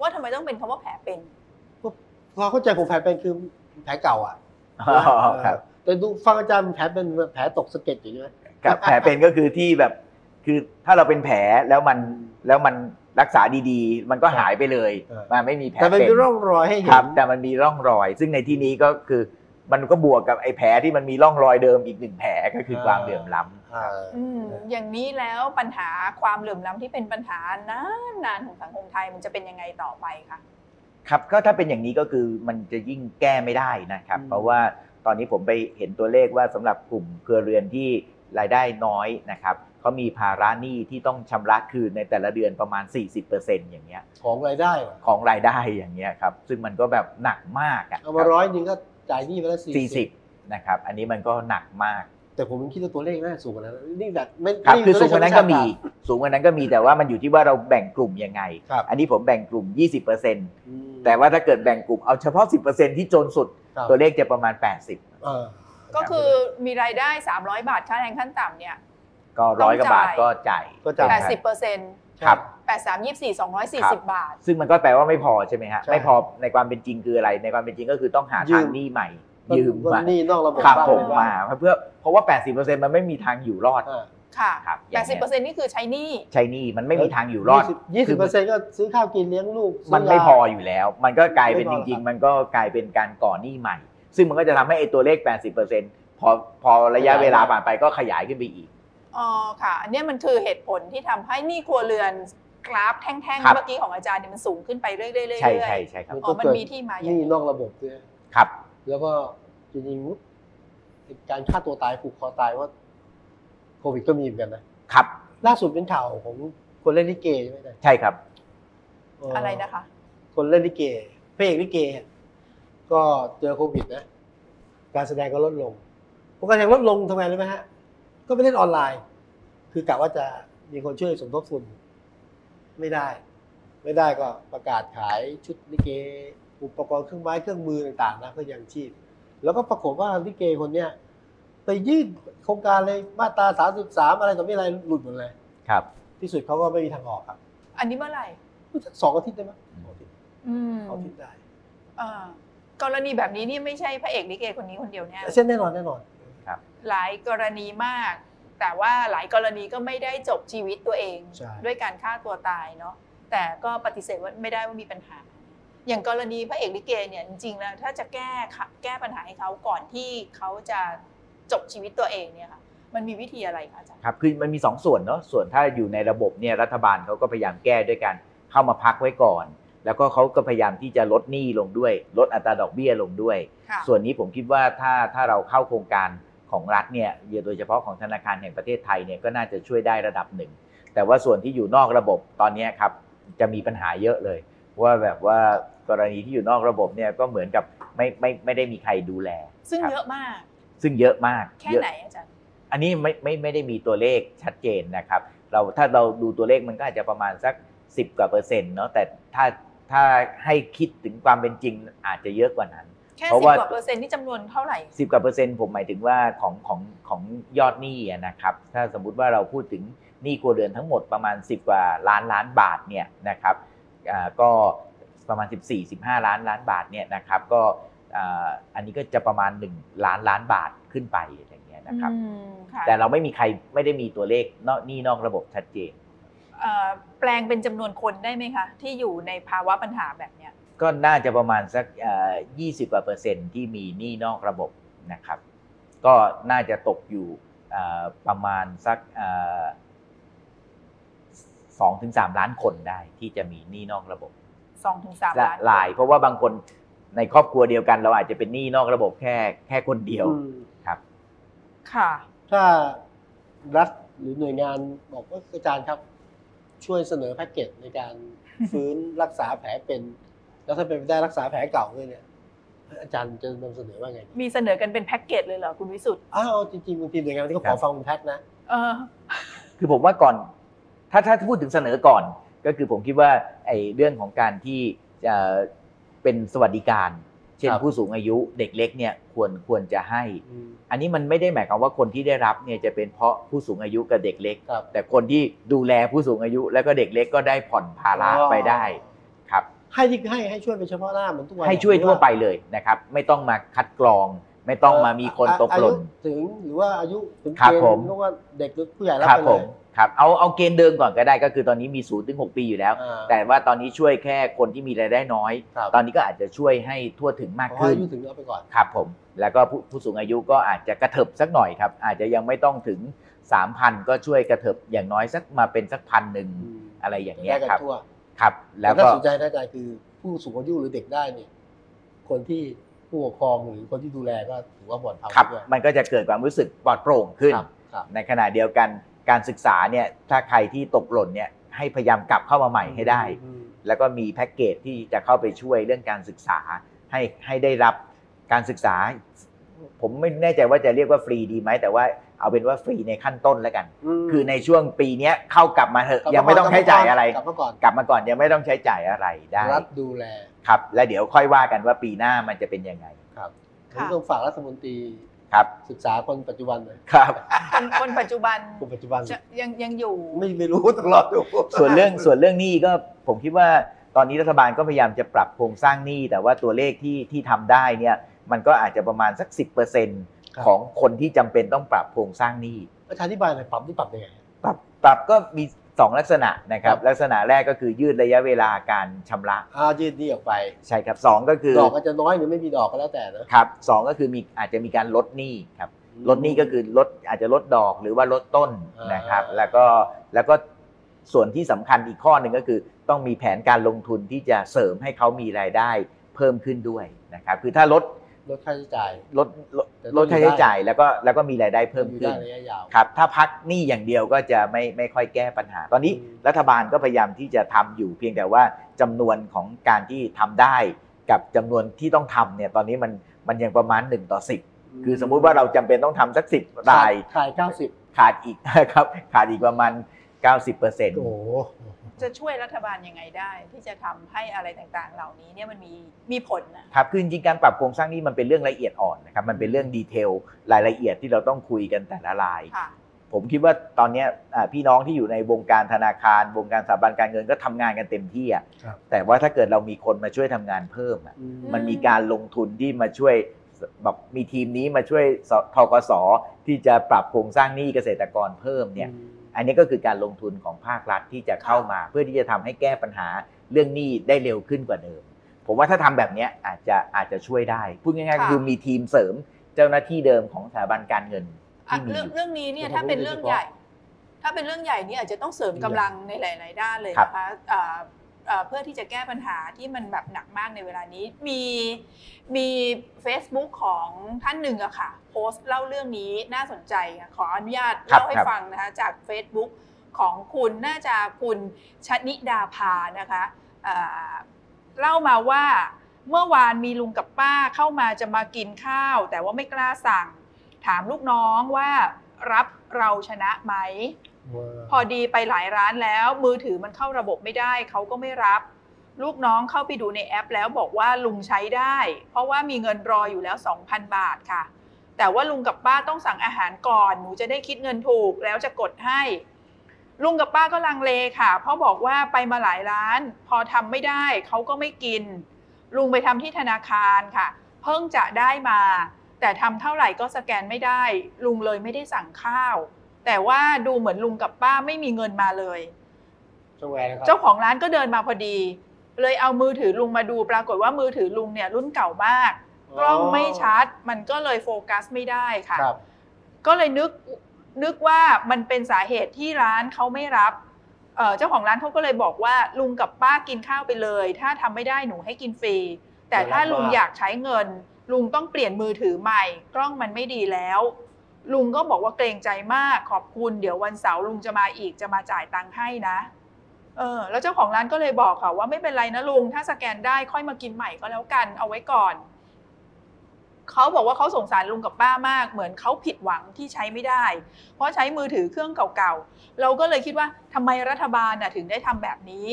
Speaker 2: ว่าทำไมต้องเป็นคำว่าแผลเป็น
Speaker 1: ความเข้าใจของแผลเป็นคือแผลเก่าอ่ะ
Speaker 3: อ๋อครับ
Speaker 1: เออแต่ดูฟังอาจารย์แผลเป็นแผลตกสะเก็ดอยู่ใช่ไหม
Speaker 3: ครับ
Speaker 1: [LAUGHS]
Speaker 3: แผลเป็นก็คือที่แบบ คือถ้าเราเป็นแผลแล้วมันแล้วมันรักษาดีๆ มันก็หายไปเลย
Speaker 1: เออ
Speaker 3: มันไม่มีแผล
Speaker 1: แต่มันมี
Speaker 3: เป็น
Speaker 1: ร่องรอยให้เห็
Speaker 3: ครั
Speaker 1: น
Speaker 3: บ แต่มันมีร่องรอย ซึ่งในที่นี้ก็คือมันก็บวกกับไอ้แผลที่มันมีร่องรอยเดิมอีกหนึ่งแผลก็คือความเหลื่อมล้ำ
Speaker 1: อ่า
Speaker 2: อืม
Speaker 1: เออ
Speaker 2: อย่างนี้แล้วปัญหาความเหลื่อมล้ำที่เป็นปัญหานานนานๆของสังคมไทยมันจะเป็นยังไงต่อไปคะ
Speaker 3: ครับก็ถ้าเป็นอย่างนี้ก็คือมันจะยิ่งแก้ไม่ได้นะครับ
Speaker 1: อืม
Speaker 3: เพราะว่าตอนนี้ผมไปเห็นตัวเลขว่าสำหรับกลุ่มเครือเรือนที่รายได้น้อยนะครับเขามีภาระหนี้ที่ต้องชำระคืนในแต่ละเดือนประมาณ 40%อย่างเงี้ย
Speaker 1: ของรายได้เหรอ
Speaker 3: ของรายได้อย่างเงี้ยครับซึ่งมันก็แบบหนักมากอะ
Speaker 1: เอามาร้อยหนึงก็จ่ายหนี่ไปแล้วสี่
Speaker 3: สี่สิบนะครับอันนี้มันก็หนักมาก
Speaker 1: แต่ผมคิดว่าตัวเลขน่าจะสูงกว่านั้นนี่แบบไม่
Speaker 3: ครับ
Speaker 1: ไม่
Speaker 3: คือสู
Speaker 1: ได้
Speaker 3: งกว่านั้นก็มีสูงกว่านั้นก็มีแต่ว่ามันอยู่ที่ว่าเราแบ่งกลุ่มยังไง
Speaker 1: ครับ
Speaker 3: อันนี้ผมแบ่งกลุ่ม 20%
Speaker 1: อืม
Speaker 3: แต่ว่าถ้าเกิดแบ่งกลุ่มเอาเฉพาะ 10%ที่จนสุด
Speaker 1: ครับ
Speaker 3: ตัวเลขจะประมาณ 80
Speaker 1: เออ
Speaker 2: ก็คือมีรายได้ 300 บาทค่าแรงขั้นต่ำเนี่ย
Speaker 3: ก็
Speaker 2: ต้
Speaker 3: ร้
Speaker 2: อ
Speaker 3: อง ยกว่าบาท
Speaker 2: จ่าย
Speaker 3: ก็
Speaker 1: ก็
Speaker 3: จ่าย
Speaker 1: จ่าย
Speaker 2: แป
Speaker 3: นะ
Speaker 2: ด
Speaker 3: ฮะ
Speaker 2: สิบเปอร์เซ็นต์
Speaker 3: ครับ
Speaker 2: แปดสามยี่สี่สองร้อยสี่สิบบาท
Speaker 3: ซึ่งมันก็แปลว่าไม่พอใช่ไหมฮะ
Speaker 1: ใช่
Speaker 3: ไม่พอในความเป็นจริงคืออะไร ในความเป็นจริงก็คือต้องหา
Speaker 1: ยื
Speaker 3: ทาง
Speaker 1: ม
Speaker 3: หนี้ใหม่
Speaker 1: ก็
Speaker 3: ยืม
Speaker 1: ก็
Speaker 3: มา
Speaker 1: หนี่นอกระบบ
Speaker 3: ครับ
Speaker 1: บ้ง
Speaker 3: ผม
Speaker 1: อะไรบ้
Speaker 3: มาง เพื่อเพราะว่า 80%มันไม่มีทางอยู่รอด
Speaker 1: อ่า
Speaker 2: ค่ะ
Speaker 3: ครับ
Speaker 2: แปดสิบเปอร์เซ็นต์นี่คือใช้หนี้
Speaker 3: ใช่หนี้มันไม่มีทางอยู่รอด
Speaker 1: ยี่สิบ
Speaker 3: คื
Speaker 1: เปอ
Speaker 3: อ
Speaker 1: ร์เซ็นต์ก็ซื้อข้าวกินเลี้ยงลูกซื้
Speaker 3: มันไม่
Speaker 1: ยา
Speaker 3: พออยู่แล้ว มันก็กลายเป็น
Speaker 1: ไม่พ
Speaker 3: จ
Speaker 1: อ
Speaker 3: ริง
Speaker 1: ครับ
Speaker 3: ๆ มันก็กลายเป็นการก่อหนี้ใหม่ ซึ่งมันก็จะทำให้ไอ้ตัวเลข 80%พอพอระยะเวลาผ่านไปก็ขยายขึ้นไปอีก
Speaker 2: อ๋อค่ะ อันเนี้ยมันคือเหตุผลที่ทำให้หนี้ครัวเรือนกราฟแท่ง
Speaker 3: ครั
Speaker 2: ๆ
Speaker 3: บ
Speaker 2: เมื่อกี้ของอาจารย์เนี่ยมันสูงขึ้นไปเรื่อยๆเรื่อยๆ
Speaker 3: ใช่ใช่ใช่ครับ
Speaker 2: อ๋อมันมีที่มา
Speaker 1: ห
Speaker 2: อย่าง
Speaker 1: นี่
Speaker 2: นี้
Speaker 1: นอกระบบด้วย
Speaker 3: ครับ
Speaker 1: แล้วก็จริงๆการฆ่าตัวตายผูกคอตายว่าโควิดก็มีเหมือนกันนะครับ ล่าสุดเป็นข่าวของคนเล่นลิเกใช่ไหมเนี่ย
Speaker 3: ใช่ครับ
Speaker 1: เ
Speaker 2: อะไรนะคะ
Speaker 1: คนเล่นลิเกพระเอกลิเก ก็เจอโควิดนะ การแสดงก็ลดลงพวกการแสดงลดลงทำไมรู้ไหมฮะ ก็ไปเล่นออนไลน์ คือกะว่าจะมีคนช่วยสมทบทุนไม่ได้ ไม่ได้ก็ประกาศขายชุดลิเก อุปกรณ์เครื่องไม้เครื่องมือต่างๆนะเพื่อยังชีพ แล้วก็ปรากฏว่าลิเกคนเนี้ยไปยื่นโครงการเลยมาตรา33อะไรต่อไม่อะไรหลุดหมดเลย
Speaker 3: ครับ
Speaker 1: ที่สุดเขาก็ไม่มีทางออกครับ
Speaker 2: อันนี้เมื่อไหร่
Speaker 1: รู้สึกสองอาทิตย์ได้ไหมยสองอาทิตย์
Speaker 2: อืม
Speaker 1: สองอาทิตย์ได้
Speaker 2: อ่ากรณีแบบนี้นี่ไม่ใช่พระเอกลิเกคนนี้คนเดียวแน่
Speaker 1: เช่นแน่นอนแน่นอน
Speaker 2: หลายกรณีมาก แต่ว่าหลายกรณีก็ไม่ได้จบชีวิตตัวเอง
Speaker 1: ใช่
Speaker 2: ด้วยการฆ่าตัวตายเนาะแต่ก็ปฏิเสธว่าไม่ได้ว่ามีปัญหา อย่างกรณีพระเอกลิเกเนี่ยจริงๆแล้วถ้าจะแก้ค่ะแก้ปัญหาให้เขาก่อนที่เขาจะจบชีวิตตัวเองเนี่ยค่ะมันมีวิธีอะไรคะอาจารย์
Speaker 3: ครับคือมันมี 2 ส่วนเนาะส่วนถ้าอยู่ในระบบเนี่ยรัฐบาลเขาก็พยายามแก้ด้วยการเข้ามาพักไว้ก่อน แล้วก็เขาก็พยายามที่จะลดหนี้ลงด้วย ลดอัตราดอกเบี้ยลงด้วย
Speaker 2: ค่ะ
Speaker 3: ส่วนนี้ผมคิดว่าถ้าถ้าเราเข้าโครงการของรัฐเนี่ยโดยเฉพาะของธนาคารแห่งประเทศไทยเนี่ยก็น่าจะช่วยได้ระดับหนึ่ง แต่ว่าส่วนที่อยู่นอกระบบตอนเนี้ยครับจะมีปัญหาเยอะเลย ว่าแบบว่ากรณีที่อยู่นอกระบบเนี่ยก็เหมือนกับไม่ไม่ไม่ได้มีใครดูแล
Speaker 2: ซึ่ง
Speaker 3: ครับ
Speaker 2: เยอะมาก
Speaker 3: ซึ่งเยอะมาก
Speaker 2: แค่
Speaker 3: เยอะ
Speaker 2: ไหนอาจารย์
Speaker 3: อันนี้ไม่ไม่ไม่ได้มีตัวเลขชัดเจนนะครับ เราถ้าเราดูตัวเลขมันก็อาจจะประมาณสัก 10 กว่าเปอร์เซ็นต์เนาะแต่ถ้าถ้าให้คิดถึงความเป็นจริงอาจจะเยอะกว่านั้น
Speaker 2: แค่
Speaker 3: เพ
Speaker 2: สิ
Speaker 3: ราะ
Speaker 2: บ
Speaker 3: ว่า
Speaker 2: กว่าเปอร์เซ็นต์นี่จำนวนเท่าไหร่
Speaker 3: 10 กว่าเปอร์เซ็นต์ผมหมายถึงว่าของของของยอดหนี้อะนะครับ ถ้าสมมุติว่าเราพูดถึงหนี้ครัวเรือนทั้งหมดประมาณ 10 กว่าล้านล้านบาทเนี่ยนะครับอ่าก็ประมาณ 14-15 ล้านล้านบาทเนี่ยนะครับก็อ่าอันนี้ก็จะประมาณ 1 ล้านล้านบาทขึ้นไปอย่างเงี้ยนะครับ
Speaker 2: อืมค่ะ
Speaker 3: แต่เราไม่มีใครไม่ได้มีตัวเลขนอกหนี่นอกระบบชัดเจน
Speaker 2: เอ่อแปลงเป็นจำนวนคนได้ไหมคะ ที่อยู่ในภาวะปัญหาแบบเนี้ย
Speaker 3: ก็น่าจะประมาณสักยี่สิบกว่าเปอร์เซ็นต์ที่มีหนี้นอกระบบนะครับ ก็น่าจะตกอยู่เอ่อประมาณสักสองถึงสามล้านคนได้ที่จะมีหนี้นอกระบบ
Speaker 2: สองถึงสาม
Speaker 3: หลา
Speaker 2: ล้าน
Speaker 3: หลาย เพราะว่าบางคนในครอบครัวเดียวกัน เราอาจจะเป็นหนี้นอกระบบแค่แค่คนเดียว
Speaker 1: อืม
Speaker 2: ค่ะ
Speaker 1: ถ้ารัฐหรือหน่วยงานบอกว่าอาจารย์ครับ ช่วยเสนอแพ็กเกจใน
Speaker 3: [LAUGHS]
Speaker 1: การฟื้นรักษาแผลเป็น แล้วถ้าเป็นไปได้รักษาแผลเก่าด้วยเนี่ย อาจารย์จะนำเสนอว่าไง
Speaker 2: มีเสนอกันเป็นแพ็กเกจเลยเหรอคุณวิสุทธ์
Speaker 1: อ้าวจริงๆบางทีหน่วยงานที่เขา
Speaker 3: ค
Speaker 1: ข
Speaker 3: รั
Speaker 1: อบ ฟังคุณแพทย์นะ
Speaker 2: เออ
Speaker 3: คือผมว่าก่อน ถ้าถ้าพูดถึงเสนอก่อน ก็คือผมคิดว่าไอ้เรื่องของการที่จะเป็นสวัสดิการ เช่น
Speaker 1: ครับ
Speaker 3: ผู้สูงอายุเด็กเล็กเนี่ยควรควรจะให้ อันนี้มันไม่ได้หมายความว่าคนที่ได้รับเนี่ยจะเป็นเพราะผู้สูงอายุกับเด็กเล็ก
Speaker 1: ครับ
Speaker 3: แต่คนที่ดูแลผู้สูงอายุ แล้วก็เด็กเล็กก็ได้ผ่อนภาระไปได้ครับ
Speaker 1: ให้ที่ให้ให้ช่วยเป็นเฉพาะหน้าเหมือนทุกวัน
Speaker 3: ให้ช่วยทั่วไปเลยนะครับ ไม่ต้องมาคัดกรอง ไม่ต้องมามีคนตกหล่น
Speaker 1: อายุถึงหรือว่าอายุถึง
Speaker 3: ครับ
Speaker 1: เกณฑ์
Speaker 3: ผม
Speaker 1: หรือว่าเด็กหรือผู้ใหญ่รับ
Speaker 3: ครับ
Speaker 1: ไป
Speaker 3: ผ
Speaker 1: เลย
Speaker 3: มครับเอาเอาเกณฑ์เดิมก่อนก็ได้ก็คือตอนนี้มี0ูนย์ถึงหปีอยู่แล้ว
Speaker 1: อ่า
Speaker 3: แต่ว่าตอนนี้ช่วยแค่คนที่มีรายได้น้อย
Speaker 1: ครับ
Speaker 3: ตอนนี้ก็อาจจะช่วยให้ทั่วถึงมาก
Speaker 1: ขอให้
Speaker 3: ขึ้น
Speaker 1: อายุถึงเอาไปก่อน
Speaker 3: ครับผม แล้วก็ผู้ผู้สูงอายุก็อาจจะกระเถิบสักหน่อยครับ อาจจะยังไม่ต้องถึง 3,000 ก็ช่วยกระเถิบอย่างน้อยสักมาเป็นสักพันหนึ่งอะไรอย่างเงี้ย
Speaker 1: ได้กั
Speaker 3: ครับ
Speaker 1: ทั่ว
Speaker 3: ครับ แล้ว
Speaker 1: ต่
Speaker 3: ก็
Speaker 1: ถ้าสนใจน่าจะคือผู้สูงอายุหรือเด็กได้เนี่ย คนที่ผู้ปกครองหรือคนที่ดูแลก็ถือว่าปลอดภัย
Speaker 3: ครับ
Speaker 1: ด้วย
Speaker 3: มันก็จะเกิดความรู้สึกปลอดโปร่งขึ้น
Speaker 1: ครับครับ
Speaker 3: ในขณะเดียวกันการศึกษาเนี่ยถ้าใครที่ตกหล่นเนี่ยให้พยายามกลับเข้ามาใหม่ให้ได้ แล้วก็มีแพ็กเกจที่จะเข้าไปช่วยเรื่องการศึกษาให้ให้ได้รับการศึกษา ผมไม่แน่ใจว่าจะเรียกว่าฟรีดีไหมแต่ว่าเอาเป็นว่าฟรีในขั้นต้นแล้วกัน คือในช่วงปีเนี้ยเข้ากลับมาเถอะยังไม่ต้องใช้จ่ายอะไร
Speaker 1: กลับมาก่อน
Speaker 3: กลับมาก่อนยังไม่ต้องใช้จ่ายอะไรได้
Speaker 1: รัฐดูแล
Speaker 3: ครับ แล้วเดี๋ยวค่อยว่ากันว่าปีหน้ามันจะเป็นยังไง
Speaker 1: ครับผ
Speaker 2: ค่ะ
Speaker 1: มต้องฝากรัฐมนตรี
Speaker 3: ครับ
Speaker 1: ศึกษาคนปัจจุบันหน่อย
Speaker 3: [LAUGHS] ครับ
Speaker 2: คนคนปัจจุบัน
Speaker 1: คนปัจจุบัน
Speaker 2: จะยังยังอยู่
Speaker 1: ไม่ไม่รู้ต้องรอดู
Speaker 3: ส่วนเรื่องส่วนเรื่องหนี้ก็ผมคิดว่าตอนนี้รัฐบาลก็พยายามจะปรับโครงสร้างหนี้ แต่ว่าตัวเลขที่ที่ทำได้เนี่ยมันก็อาจจะประมาณสัก 10%ของคนที่จำเป็นต้องปรับโครงสร้างหนี้
Speaker 1: อาจารย์อธิบายหน่อยปรับที่ปรับยังไง
Speaker 3: ปรับปรับก็มี 2 ลักษณะนะครับ
Speaker 1: ครับ
Speaker 3: ลักษณะแรกก็คือยืดระยะเวลาการชำระ
Speaker 1: อ่ายืดหนี้ออกไป
Speaker 3: ใช่ครับสองก็คือ
Speaker 1: ดอกอาจจะน้อยหรือไม่มีดอกก็แล้วแต่นะครับ
Speaker 3: สองก็คือมีอาจจะมีการลดหนี้ครับลดหนี้ก็คือลดอาจจะลดดอกหรือว่าลดต้นนะครับ แล้วก็แล้วก็ส่วนที่สำคัญอีกข้อหนึ่งก็คือ ต้องมีแผนการลงทุนที่จะเสริมให้เขามีรายได้เพิ่มขึ้นด้วยนะครับคือถ้าลด
Speaker 1: ลดค่าใช้จ่าย
Speaker 3: ลดลด
Speaker 1: แต่ต้อง
Speaker 3: ลดค่า
Speaker 1: อยู่
Speaker 3: ใช้
Speaker 1: ได้
Speaker 3: จ่ายแล้วก็แล้วก็มีรายได้เพิ่ม
Speaker 1: อยู่
Speaker 3: ขึ้
Speaker 1: ได้
Speaker 3: น
Speaker 1: ระยะยาว
Speaker 3: ครับถ้าพักหนี้อย่างเดียวก็จะไม่ไม่ค่อยแก้ปัญหา ตอนนี้
Speaker 1: อืม
Speaker 3: รัฐบาลก็พยายามที่จะทำอยู่เพียงแต่ว่าจำนวนของการที่ทำได้กับจำนวนที่ต้องทำเนี่ยตอนนี้มันมันยังประมาณ 1 ต่อ 10 คือสมมุติว่าเราจำเป็นต้องทำสัก 10 ราย
Speaker 1: ขายเก้าสิบ
Speaker 3: ขาดอีก [LAUGHS] ครับขาดอีกประมาณ 90%เ
Speaker 1: โอ้โห
Speaker 2: จะช่วยรัฐบาลยังไงได้ ที่จะทำให้อะไรต่างๆ เหล่านี้เนี่ยมันมีมีผลนะครับ
Speaker 3: คือจริงๆการปรับโครงสร้างนี่มันเป็นเรื่องละเอียดอ่อนนะครับ มันเป็นเรื่องดีเทลรายละเอียดที่เราต้องคุยกันแต่ละราย
Speaker 2: ค่ะ
Speaker 3: ผมคิดว่าตอนเนี้ยอ่าพี่น้องที่อยู่ในวงการธนาคาร วงการสถาบันการเงินก็ทำงานกันเต็มที่อะ
Speaker 1: ครับ
Speaker 3: แต่ว่าถ้าเกิดเรามีคนมาช่วยทำงานเพิ่มอะมันมีการลงทุนที่มาช่วยแบบมีทีมนี้มาช่วยสทกสที่จะปรับโครงสร้างหนี้เกษตรกรเพิ่มเนี่ย อันนี้ก็คือการลงทุนของภาครัฐที่จะเข้ามา เพื่อที่จะทำให้แก้ปัญหาเรื่องหนี้ได้เร็วขึ้นกว่าเดิม ผมว่าถ้าทำแบบเนี้ยอาจจะอาจจะช่วยได้พูดง่ายๆก็
Speaker 2: ค่ะ
Speaker 3: คือมีทีมเสริมเจ้าหน้าที่เดิมของสถาบันการเงิน
Speaker 2: อ่ะ
Speaker 3: ที่มี
Speaker 2: เรื่องเรื่องนี้เนี่ย
Speaker 1: เดี๋ยว
Speaker 2: ถ้าเป็น
Speaker 1: ผมพูด
Speaker 2: เรื่อง
Speaker 1: เฉพาะ
Speaker 2: ใหญ่ ถ้าเป็นเรื่องใหญ่เนี่ยอาจจะต้องเสริมกำลังในหลาย ๆ ด้านเลยนะคะอ่าเอ่อเพื่อที่จะแก้ปัญหาที่มันแบบหนักมากในเวลานี้มีมี Facebook ของท่านหนึ่งอะค่ะ โพสต์เล่าเรื่องนี้น่าสนใจค่ะขออนุญาตเล่าให้ฟังนะคะจาก Facebook ของคุณน่าจะคุณชนิดาภานะคะอ่าเล่ามาว่าเมื่อวานมีลุงกับป้าเข้ามาจะมากินข้าว แต่ว่าไม่กล้าสั่ง ถามลูกน้องว่ารับเราชนะไหม พอดีไปหลายร้านแล้วมือถือมันเข้าระบบไม่ได้ เขาก็ไม่รับ ลูกน้องเข้าไปดูในแอปแล้วบอกว่าลุงใช้ได้ เพราะว่ามีเงินรออยู่แล้ว 2,000 บาทค่ะ แต่ว่าลุงกับป้าต้องสั่งอาหารก่อนหนูจะได้คิดเงินถูกแล้วจะกดให้ ลุงกับป้าก็ลังเลค่ะ เพราะบอกว่าไปมาหลายร้าน พอทำไม่ได้เขาก็ไม่กิน ลุงไปทำที่ธนาคารค่ะ เพิ่งจะได้มา แต่ทำเท่าไหร่ก็สแกนไม่ได้ ลุงเลยไม่ได้สั่งข้าว แต่ว่าดูเหมือนลุงกับป้าไม่มีเงินมาเลย
Speaker 1: ช่วงแหวนนะครับ
Speaker 2: เจ้าของร้านก็เดินมาพอดี เลยเอามือถือลุงมาดูปรากฏว่ามือถือลุงเนี่ยรุ่นเก่ามาก กล้องไม่ชัด มันก็เลยโฟกัสไม่ได้ค่ะ
Speaker 1: ครับ
Speaker 2: ก็เลยนึกนึกว่ามันเป็นสาเหตุที่ร้านเขาไม่รับเอ่อเจ้าของร้านเขาก็เลยบอกว่าลุงกับป้ากินข้าวไปเลย ถ้าทำไม่ได้หนูให้กินฟรี แต่ถ้าลุง
Speaker 1: น่ารักมาก
Speaker 2: อยากใช้เงิน ลุงต้องเปลี่ยนมือถือใหม่ กล้องมันไม่ดีแล้ว ลุงก็บอกว่าเกรงใจมากขอบคุณเดี๋ยววันเสาร์ลุงจะมาอีกจะมาจ่ายตังค์ให้นะเออแล้วเจ้าของร้านก็เลยบอกค่ะว่าไม่เป็นไรนะลุง ถ้าสแกนได้ค่อยมากินใหม่ก็แล้วกันเอาไว้ก่อน เขาบอกว่าเขาสงสารลุงกับป้ามาก เหมือนเขาผิดหวังที่ใช้ไม่ได้ เพราะใช้มือถือเครื่องเก่าๆ เราก็เลยคิดว่าทำไมรัฐบาลน่ะถึงได้ทำแบบนี้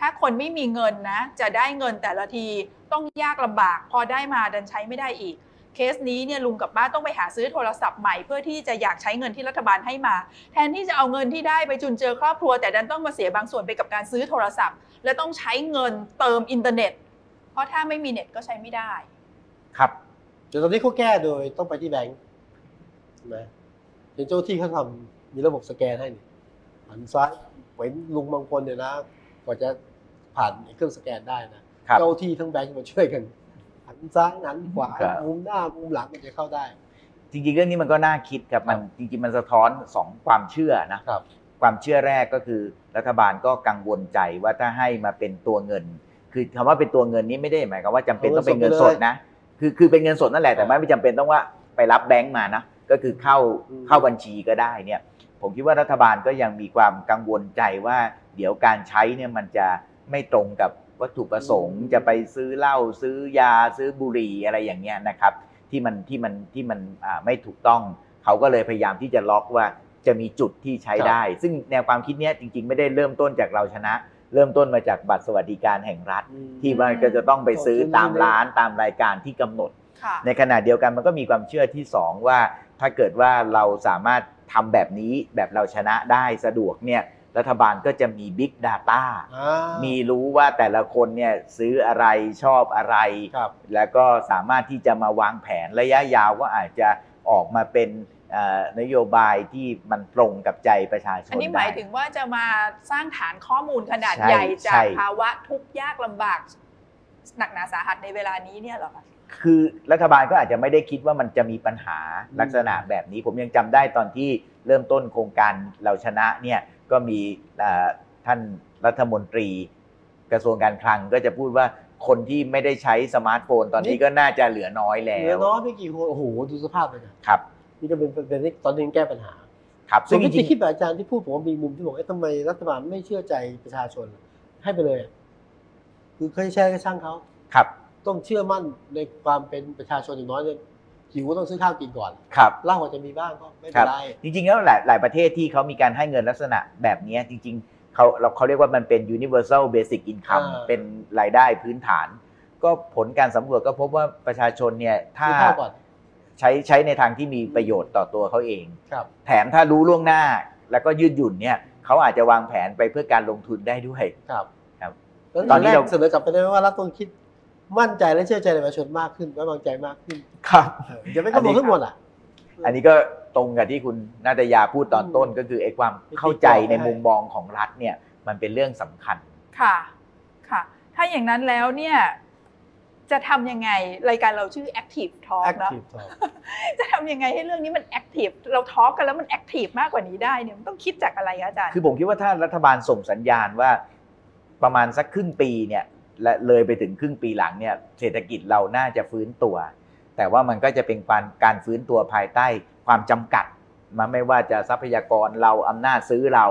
Speaker 2: ถ้าคนไม่มีเงินนะ จะได้เงินแต่ละทีต้องยากลำบาก พอได้มาดันใช้ไม่ได้อีก เคสนี้เนี่ยลุงกับป้าต้องไปหาซื้อโทรศัพท์ใหม่เพื่อที่จะอยากใช้เงินที่รัฐบาลให้มา แทนที่จะเอาเงินที่ได้ไปจุนเจือครอบครัว แต่ดันต้องมาเสียบางส่วนไปกับการซื้อโทรศัพท์ และต้องใช้เงินเติมอินเทอร์เน็ต เพราะถ้าไม่มีเน็ตก็ใช้ไม่ได้
Speaker 3: ครับ
Speaker 1: เดี๋ยวตอนนี้เขาแก้โดยต้องไปที่แบงค์ใช่ไหมเห็นเจ้าที่เขาทำมีระบบสแกนให้นี่หันซ้ายเหมือนลุงบางคนเนี่ยนะกว่าจะผ่านไอ้เครื่องสแกนได้นะครับ เจ้าที่ทั้งแบงค์มาช่วยกันหันซ้ายหันขวา
Speaker 3: ครับ
Speaker 1: มุมหน้ามุมหลังมันจะเข้าได้
Speaker 3: จริงๆ เรื่องนี้มันก็น่าคิดครับมันจริงๆ มันสะท้อนสองความเชื่อนะครับ ความเชื่อแรกก็คือรัฐบาลก็กังวลใจว่าถ้าให้มาเป็นตัวเงิน คือคำว่าเป็นตัวเงินนี้ไม่ได้หมายความว่าจำเป็นต้องเป็นเงินสดนะคือคือเป็นเงินสดนั่นแหละแต่ไม่จำเป็นต้องว่าไปรับแบงก์มานะก็คือเข้า
Speaker 1: อืม
Speaker 3: เข้าบัญชีก็ได้เนี่ยผมคิดว่ารัฐบาลก็ยังมีความกังวลใจว่า เดี๋ยวการใช้เนี่ยมันจะไม่ตรงกับวัตถุประสงค์ จะไปซื้อเหล้าซื้อยาซื้อบุหรี่อะไรอย่างเงี้ยนะครับ ที่มันที่มันที่มันอ่าไม่ถูกต้องเขาก็เลยพยายามที่จะล็อกว่าจะมีจุดที่ใช้ได้ ซึ่งแนวความคิดเนี้ยจริง ๆ ไม่ได้เริ่มต้นจากเราชนะ เริ่มต้นมาจากบัตรสวัสดิการแห่งรัฐ
Speaker 1: อืม
Speaker 3: ที่มันก็จะต้องไปซื้อตามร้านตามรายการที่กำหนด
Speaker 2: ค่ะ
Speaker 3: ในขณะเดียวกันมันก็มีความเชื่อที่สองว่า ถ้าเกิดว่าเราสามารถทำแบบนี้แบบเราชนะได้สะดวกเนี่ยรัฐบาลก็จะมี Big Data
Speaker 1: อ่า
Speaker 3: มีรู้ว่าแต่ละคนเนี่ยซื้ออะไรชอบอะไร
Speaker 1: ครับ
Speaker 3: แล้วก็สามารถที่จะมาวางแผนระยะยาวก็อาจจะออกมาเป็นเอ่อนโยบายที่มันตรงกับใจประชาชน
Speaker 2: อันนี้หมายถึง
Speaker 3: ได้
Speaker 2: ว่าจะมาสร้างฐานข้อมูลขนาด
Speaker 3: ใช่
Speaker 2: ใหญ่จา
Speaker 3: ใช่
Speaker 2: กภาวะทุกข์ยากลำบาก หนักหนาสาหัสในเวลานี้เนี่ยเหรอคะ
Speaker 3: คือรัฐบาลก็อาจจะไม่ได้คิดว่ามันจะมีปัญหา
Speaker 1: อืม
Speaker 3: ลักษณะแบบนี้ ผมยังจำได้ตอนที่เริ่มต้นโครงการเราชนะเนี่ยก็มีเอ่อท่านรัฐมนตรี กระทรวงการคลังก็จะพูดว่าคนที่ไม่ได้ใช้สมาร์ทโฟน ตอนนี้ก็น่าจะเหลือน้อยแล้
Speaker 1: เหลือ
Speaker 3: ว
Speaker 1: น้อยไม่กี่คนโอ้โหดูสภาพเลยนะครับ นี่ก็เป็นเป็นเป็นตอนนี้แก้ปัญหา
Speaker 3: ครับ
Speaker 1: ส่วนที่
Speaker 3: จริง
Speaker 1: คิดแบบอาจารย์ที่พูดผมว่ามีมุมที่บอกเอ๊ะทำไมรัฐบาลไม่เชื่อใจประชาชน ให้ไปเลยอะคือเคยแชร์ก็ช่างเขา
Speaker 3: ๆ ครับ
Speaker 1: ต้องเชื่อมั่นในความเป็นประชาชนอย่างน้อยเนี่ยหิวก็ต้องซื้อข้าวกินก่อน
Speaker 3: ครับ
Speaker 1: เหล้าอาจจะมีบ้างก็ไม่เป็นไร
Speaker 3: จริงๆแล้วหลายหลายประเทศที่เขามีการให้เงินลักษณะแบบเนี้ยจริงๆเขาเราเขาเรียกว่ามันเป็น universal basic income
Speaker 1: อ่า
Speaker 3: เป็นรายได้พื้นฐาน ก็ผลการสำรวจก็พบว่าประชาชนเนี่ยถ้า
Speaker 1: ซื้อข้าวก่อน
Speaker 3: ใช้ใช้ในทางที่มีประโยชน์ต่อตัวเขาเอง
Speaker 1: ครับ
Speaker 3: แถมถ้ารู้ล่วงหน้าแล้วก็ยืดหยุ่นเนี่ยเขาอาจจะวางแผนไปเพื่อการลงทุนได้ด้วย
Speaker 1: ครับ
Speaker 3: ครับ
Speaker 1: แล้ว
Speaker 3: ต
Speaker 1: ต
Speaker 3: อ
Speaker 1: อน น
Speaker 3: นี้
Speaker 1: แรก
Speaker 3: เรา
Speaker 1: เสนอกลับไปได้ไหมว่ารัฐต้องคิดมั่นใจและเชื่อใจในประชาชนมากขึ้นไว้วางใจมากขึ้น
Speaker 3: ครับ
Speaker 1: เอออย่าไปกำหนดทั้งหมดอ่ะ
Speaker 3: [LAUGHS] อันนี้ก็ตรงกับที่คุณนาตยาพูดตอนต้นก็คือไอ้ความเข้าใจในมุมมองของรัฐเนี่ยมันเป็นเรื่องสำคัญ
Speaker 2: ค่ะ ค่ะ ถ้าอย่างนั้นแล้วเนี่ย จะทำยังไง รายการเราชื่อ Active Talk เนอะ
Speaker 1: active talk
Speaker 2: จะทำยังไงให้เรื่องนี้มัน Active เราทอล์กกันแล้วมัน Active มากกว่านี้ได้เนี่ยมันต้องคิดจากอะไรคะอาจารย์
Speaker 3: คือผมคิดว่าถ้ารัฐบาลส่งสัญญาณว่าประมาณสักครึ่งปีเนี่ยและเลยไปถึงครึ่งปีหลังเนี่ยเศรษฐกิจเราน่าจะฟื้นตัว แต่ว่ามันก็จะเป็นการการฟื้นตัวภายใต้ความจำกัดมันไม่ว่าจะทรัพยากรเราอำนาจซื้อเรา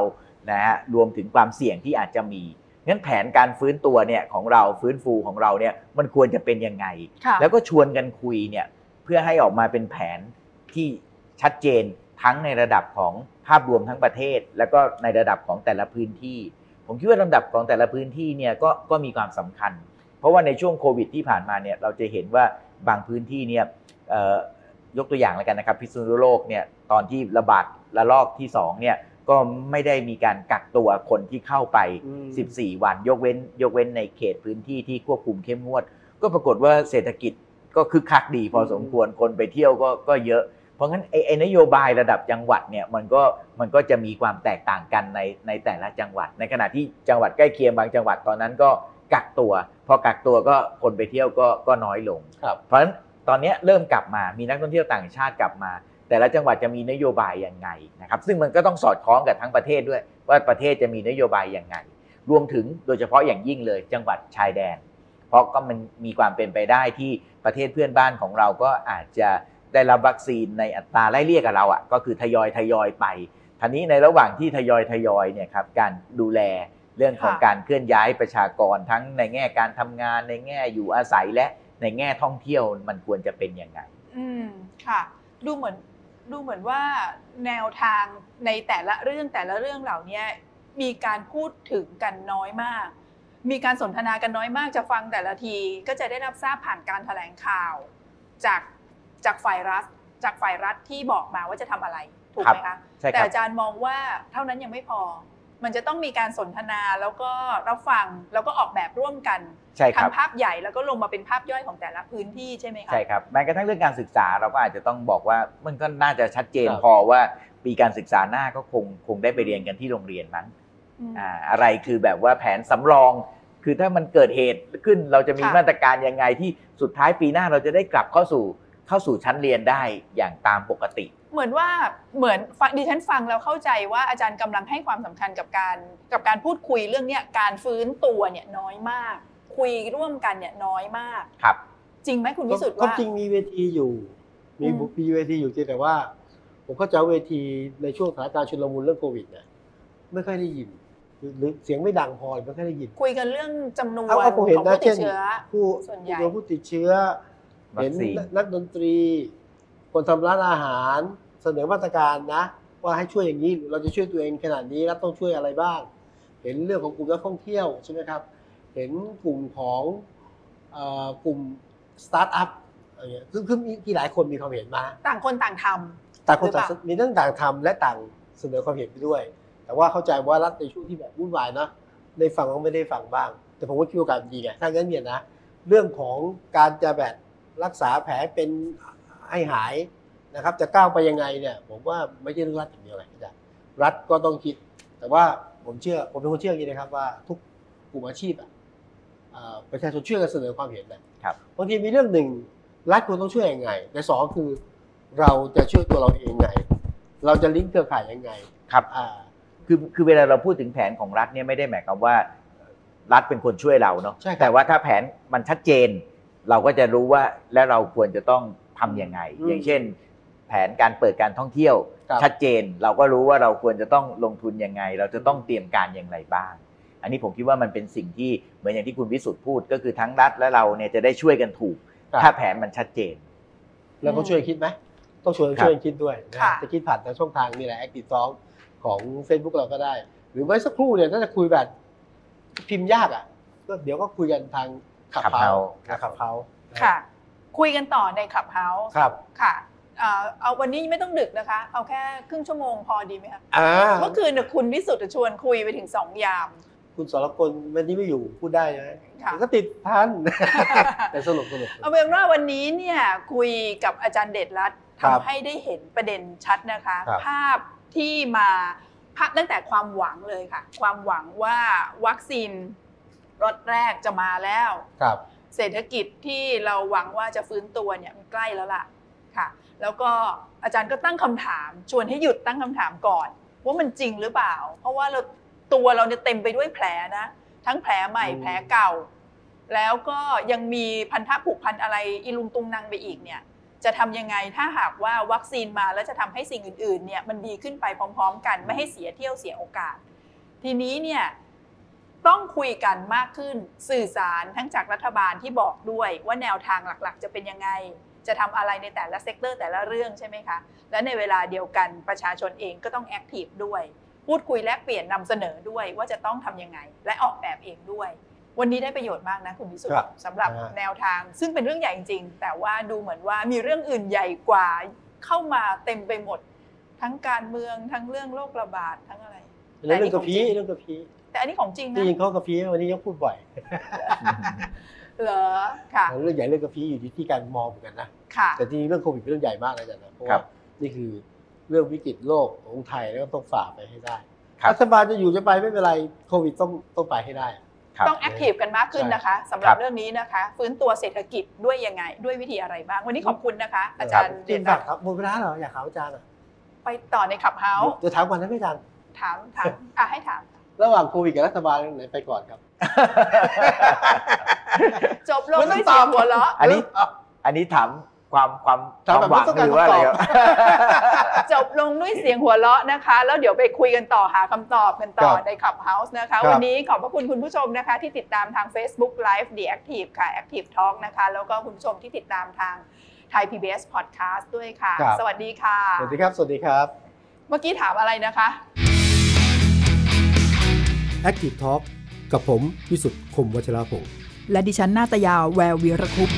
Speaker 3: นะฮะรวมถึงความเสี่ยงที่อาจจะมีงั้นแผนการฟื้นตัวเนี่ยของเราฟื้นฟูของเราเนี่ยมันควรจะเป็นยังไง
Speaker 2: ค่ะ
Speaker 3: แล้วก็ชวนกันคุยเนี่ยเพื่อให้ออกมาเป็นแผนที่ชัดเจนทั้งในระดับของภาพรวมทั้งประเทศ แล้วก็ในระดับของแต่ละพื้นที่ ผมคิดว่าลำดับของแต่ละพื้นที่เนี่ยก็ก็มีความสำคัญ เพราะว่าในช่วงโควิดที่ผ่านมาเนี่ยเราจะเห็นว่าบางพื้นที่เนี่ยเอ่อยกตัวอย่างแล้วกันนะครับพิษณุโลกเนี่ยตอนที่ระบาดระลอกที่สองเนี่ยก็ไม่ได้มีการกักตัวคนที่เข้าไป
Speaker 1: อืม
Speaker 3: 14 วันยกเว้น ยกเว้นในเขตพื้นที่ที่ควบคุมเข้มงวด ก็ปรากฏว่าเศรษฐกิจก็คึกคักดีพอสมควรคนไปเที่ยวก็ก็เยอะ เพราะงั้นไอ้ไอ้นโยบายระดับจังหวัดเนี่ยมันก็มันก็จะมีความแตกต่างกันในในแต่ละจังหวัด ในขณะที่จังหวัดใกล้เคียงบางจังหวัดตอนนั้นก็กักตัว พอกักตัวก็คนไปเที่ยวก็ก็น้อยลง
Speaker 1: ครับ
Speaker 3: เพราะฉะนั้น ตอนเนี้ยเริ่มกลับมามีนักท่องเที่ยวต่างชาติกลับมา แต่ละจังหวัดจะมีนโยบายยังไงนะครับซึ่งมันก็ต้องสอดคล้องกับทั้งประเทศด้วย ว่าประเทศจะมีนโยบายยังไง รวมถึงโดยเฉพาะอย่างยิ่งเลยจังหวัดชายแดน เพราะก็มันมีความเป็นไปได้ที่ประเทศเพื่อนบ้านของเราก็อาจจะได้รับวัคซีนในอัตราไล่เลี่ยกับเราอ่ะก็คือทยอยทยอยไปทีนี้ในระหว่างที่ทยอยทยอยเนี่ยครับการดูแลเรื่องของ
Speaker 2: ค่ะ
Speaker 3: การเคลื่อนย้ายประชากรทั้งในแง่การทำงานในแง่อยู่อาศัยและในแง่ท่องเที่ยวมันควรจะเป็นยังไง
Speaker 2: อืมค่ะ ดูเหมือนดูเหมือนว่าแนวทางในแต่ละเรื่องแต่ละเรื่องเหล่าเนี้ยมีการพูดถึงกันน้อยมาก มีการสนทนากันน้อยมากจะฟังแต่ละทีก็จะได้รับทราบผ่านการแถลงข่าว จากจากฝ่ายรัฐ จากฝ่ายรัฐที่บอกมาว่าจะทำอะไรถูกไหมคะ
Speaker 3: ใช่ค
Speaker 2: แต่
Speaker 3: รับ
Speaker 2: อาจารย์มองว่าเท่านั้นยังไม่พอ มันจะต้องมีการสนทนาแล้วก็รับฟังแล้วก็ออกแบบร่วมกัน
Speaker 3: ใช่ค
Speaker 2: ทั้
Speaker 3: รับ
Speaker 2: งภาพใหญ่แล้วก็ลงมาเป็นภาพย่อยของแต่ละพื้นที่ใช่ไหมคะ
Speaker 3: ใช่ครับแม้กระทั่งเรื่องการศึกษาเราก็อาจจะต้องบอกว่ามันก็น่าจะชัดเจน
Speaker 1: ครับ
Speaker 3: พอว่าปีการศึกษาหน้าก็คงคงได้ไปเรียนกันที่โรงเรียนนั้น
Speaker 2: อืม
Speaker 3: อ่าอะไรคือแบบว่าแผนสำรอง คือถ้ามันเกิดเหตุขึ้นเราจะมี
Speaker 2: ค่ะ
Speaker 3: มาตรการยังไงที่สุดท้ายปีหน้าเราจะได้กลับเข้าสู่เข้าสู่ชั้นเรียนได้อย่างตามปกติ
Speaker 2: เหมือนว่าเหมือนฟังดิฉันฟังแล้วเข้าใจว่าอาจารย์กำลังให้ความสำคัญกับการกับการพูดคุยเรื่องเนี้ยการฟื้นตัวเนี่ยน้อยมาก คุยร่วมกันเนี่ยน้อยมาก
Speaker 3: ครับ
Speaker 2: จริงไหมคุณวิสุทธิ์
Speaker 1: ก็
Speaker 2: ว่า
Speaker 1: จริงมีเวทีอยู่ มี
Speaker 2: อืม
Speaker 1: มีเวทีอยู่จริงแต่ว่า ผมเข้าใจว่าเวทีในช่วงสถานการณ์ชุลมุนเรื่องโควิดเนี่ยไม่ค่อยได้ยินหรือหรือเสียงไม่ดังพอหรือไม่ค่อยได้ยิน
Speaker 2: คุยกันเรื่องจำนวน
Speaker 1: เอาเอาผมเห็น
Speaker 2: ข
Speaker 1: นะ
Speaker 2: องผู้ติด
Speaker 1: เช่น
Speaker 2: เชื้อ
Speaker 1: ผู้
Speaker 2: ส่วนใหญ่
Speaker 1: ผู้ผู้ติดเชื้อ
Speaker 3: วั
Speaker 1: เห็
Speaker 3: คน ซีน
Speaker 1: นักดนตรี คนทำร้านอาหาร เสนอมาตรการนะ ว่าให้ช่วยอย่างนี้หรือเราจะช่วยตัวเองขนาดนี้แล้วต้องช่วยอะไรบ้าง เห็นเรื่องของกลุ่มนักท่องเที่ยวใช่ไหมครับ เห็นกลุ่มของเอ่อกลุ่มสตาร์ทอัพอะไรเงี้ยซึ่งคือมีมีหลายคนมีความเห็นมา
Speaker 2: ต่างคนต่างทำ
Speaker 1: ต่างคนต่าง
Speaker 2: หรือเปล่า
Speaker 1: มีทั้งต่างทำและต่างเสนอความเห็นไปด้วย แต่ว่าเข้าใจว่ารัฐในช่วงที่แบบวุ่นวายนะได้ฟังบ้างไม่ได้ฟังบ้าง แต่ผมว่าคิดโอกาสดีไงถ้างั้นเนี่ยนะเรื่องของการจะแบบรักษาแผลเป็นให้หายนะครับ จะก้าวไปยังไงเนี่ย ผมว่าไม่ใช่เรื่องรัฐอย่างเดียวไงอาจารย์รัฐก็ต้องคิด แต่ว่าผมเชื่อผมเป็นคนเชื่ออย่างนี้นะครับว่าทุกกลุ่มอาชีพอะเอ่อประชาชนช่วยกันเสนอความเห็นนะครับ บางทีมีเรื่องหนึ่งรัฐควรต้องช่วยยังไงแต่สองคือ เราจะช่วยตัวเราเองไง เราจะลิงก์เครือข่ายยังไง
Speaker 3: ครับ
Speaker 1: อ่า
Speaker 3: คือคือเวลาเราพูดถึงแผนของรัฐเนี่ยไม่ได้หมายความว่ารัฐเป็นคนช่วยเราเนาะ
Speaker 1: ใช่ครับ
Speaker 3: แต่ว่าถ้าแผนมันชัดเจน เราก็จะรู้ว่าและเราควรจะต้องทำยังไง
Speaker 1: อืม
Speaker 3: อย่างเช่น แผนการเปิดการท่องเที่ยว
Speaker 1: ครับ
Speaker 3: ชัดเจนเราก็รู้ว่าเราควรจะต้องลงทุนยังไง เราจะต้องเตรียมการอย่างไรบ้าง อันนี้ผมคิดว่ามันเป็นสิ่งที่เหมือนอย่างที่คุณวิสุทธ์พูด ก็คือทั้งรัฐและเราเนี่ยจะได้ช่วยกันถูก ถ้าแผนมันชัดเจน [LAUGHS]
Speaker 1: แล้วก็ช่วยกันคิดไหมต้องชวน
Speaker 3: ครับ
Speaker 1: ช่วยกันคิดด้วยนะ
Speaker 2: ค่ะ
Speaker 1: จะคิดผ่านทางช่องทางนี่แหละแอคทีฟซองของ Facebook เราก็ได้ หรือไว้สักครู่เนี่ยถ้าจะคุยแบบพิมพ์ยากอ่ะก็เดี๋ยวก็คุยกันทางขับเฮาขับเฮา
Speaker 2: ค่ะ คุยกันต่อในขับเฮาส์
Speaker 1: ครับ
Speaker 2: ค่ะเอ่อเอาวันนี้ไม่ต้องดึกนะคะ เอาแค่ครึ่งชั่วโมงพอดีไหมคะ
Speaker 1: อ่า
Speaker 2: เมื่อคืนน่ะคุณวิสุทธิ์ชวนคุยไปถึงสองยาม
Speaker 1: คุณสรกลวันนี้ไม่อยู่พูดได้นะ
Speaker 2: ค่ะ
Speaker 1: เดี๋ยวก็ติดพัน แต่สรุปสรุป
Speaker 2: เอาเป็นว่าวันนี้เนี่ยคุยกับอาจารย์เดชรัตน์
Speaker 1: ครับ
Speaker 2: ทำให้ได้เห็นประเด็นชัดนะคะ
Speaker 1: ครับ
Speaker 2: ภาพที่มาภาพตั้งแต่ความหวังเลยค่ะ ความหวังว่าวัคซีนรถแรกจะมาแล้ว
Speaker 1: ครับ
Speaker 2: เศรษฐกิจที่เราหวังว่าจะฟื้นตัวเนี่ยมันใกล้แล้วล่ะค่ะ แล้วก็อาจารย์ก็ตั้งคำถาม ชวนให้หยุดตั้งคำถามก่อน ว่ามันจริงหรือเปล่า เพราะว่าเราตัวเราเนี่ยเต็มไปด้วยแผลนะ ทั้งแผลใหม่
Speaker 1: อืม
Speaker 2: แผลเก่า แล้วก็ยังมีพันธะผูกพันอะไรอีลุงตุงนางไปอีกเนี่ย จะทำยังไงถ้าหากว่าวัคซีนมาแล้วจะทำให้สิ่งอื่นๆเนี่ยมันดีขึ้นไปพร้อม ๆ กันไม่ให้เสียเที่ยวเสียโอกาส ทีนี้เนี่ยต้องคุยกันมากขึ้นสื่อสารทั้งจากรัฐบาลที่บอกด้วยว่าแนวทางหลักๆ จะเป็นยังไง จะทำอะไรในแต่ละเซกเตอร์แต่ละเรื่องใช่ไหมคะ และในเวลาเดียวกันประชาชนเองก็ต้องแอคทีฟด้วย พูดคุยแลกเปลี่ยนนำเสนอด้วยว่าจะต้องทำยังไง และออกแบบเองด้วย วันนี้ได้ประโยชน์มากนะคุณวิสุท
Speaker 1: ครับ
Speaker 2: ธิ์สำหรับ
Speaker 1: อ่า
Speaker 2: แนวทาง ซึ่งเป็นเรื่องใหญ่จริงๆ แต่ว่าดูเหมือนว่ามีเรื่องอื่นใหญ่กว่าเข้ามาเต็มไปหมด ทั้งการเมืองทั้งเรื่องโรคระบาดทั้งอะไร
Speaker 1: แล้วเรื่องกระพี้เรื่องกระพี้
Speaker 2: แต่อันนี้ของจริง
Speaker 1: จ
Speaker 2: นะ
Speaker 1: ริงๆเขากระพี้วันนี้ยังพูดบ่อย
Speaker 2: เหรอค่ะ
Speaker 1: เรื่องใหญ่เรื่องกระพี้อยู่ที่การมองเหมือนกันนะ
Speaker 2: ค่ะ
Speaker 1: แต่จริงๆเรื่องโควิดเป็นเรื่องใหญ่มากนะอาจารย์นะเพราะ
Speaker 3: ครั
Speaker 1: ว่า
Speaker 3: บ
Speaker 1: นี่คือเรื่องวิกฤตโลกของไทยแล้วก็ต้องฝ่าไปให้ได้
Speaker 3: ครับ
Speaker 1: รัฐบาลจะอยู่จะไปไม่เป็นไรโควิดต้องต้องไปให้ได้
Speaker 3: ครับ
Speaker 2: ต้องแอคทีฟกันมากขึ้นนะคะสำห
Speaker 3: ครั
Speaker 2: รับบ เรื่องนี้นะคะ ฟื้นตัวเศรษฐกิจด้วยยังไง ด้วยวิธีอะไรบ้าง วันนี้ขอบคุณนะคะ อาจารย์เด
Speaker 1: จิ
Speaker 2: ช
Speaker 1: น
Speaker 2: รั
Speaker 1: ฝาก
Speaker 2: ตน์
Speaker 1: ครับหมดเวลาเหรออยากถามอาจารย์อ่ะ
Speaker 2: ไปต่อในขับเฮาส์
Speaker 1: เดี๋ยวถามก่อนนะพี่อาจารย์
Speaker 2: ถามถามอ่ะให้ถาม
Speaker 1: ระหว่างโควิดกับรัฐบาลไหนไปก่อนครับ
Speaker 2: จบลง
Speaker 1: ไม่ต้องต
Speaker 2: ด้วยเสีย
Speaker 1: อง บ
Speaker 2: หัวเราะ
Speaker 3: อันนี้อันนี้ถามความความ
Speaker 1: ถามแบบ
Speaker 3: หวัง
Speaker 1: ไม่ต้อง
Speaker 3: ห
Speaker 1: การ
Speaker 3: รือว่า
Speaker 1: คำต
Speaker 3: อะไร
Speaker 1: อบ
Speaker 3: ครับ
Speaker 2: จบลงด้วยเสียงหัวเราะนะคะ แล้วเดี๋ยวไปคุยกันต่อหาคำตอบกันต่อ
Speaker 1: ครับ
Speaker 2: ในขับเฮาส์นะคะ
Speaker 1: ครับ
Speaker 2: วันนี้ขอบพระคุณคุณผู้ชมนะคะ ที่ติดตามทาง Facebook Live The Active ค่ะ Active Talk นะคะ แล้วก็คุณผู้ชมที่ติดตามทางไทย PBS Podcast ด้วยค่ะ
Speaker 1: ครับ
Speaker 2: สวัสดีค่ะ
Speaker 1: สวัสดีครับ สวัสดีครับ
Speaker 2: เมื่อกี้ถามอะไรนะคะ
Speaker 1: Active Talk กับผม วิสุทธ์คมวัชราภงศ์
Speaker 2: และดิฉันนาตยาแวววีรคุป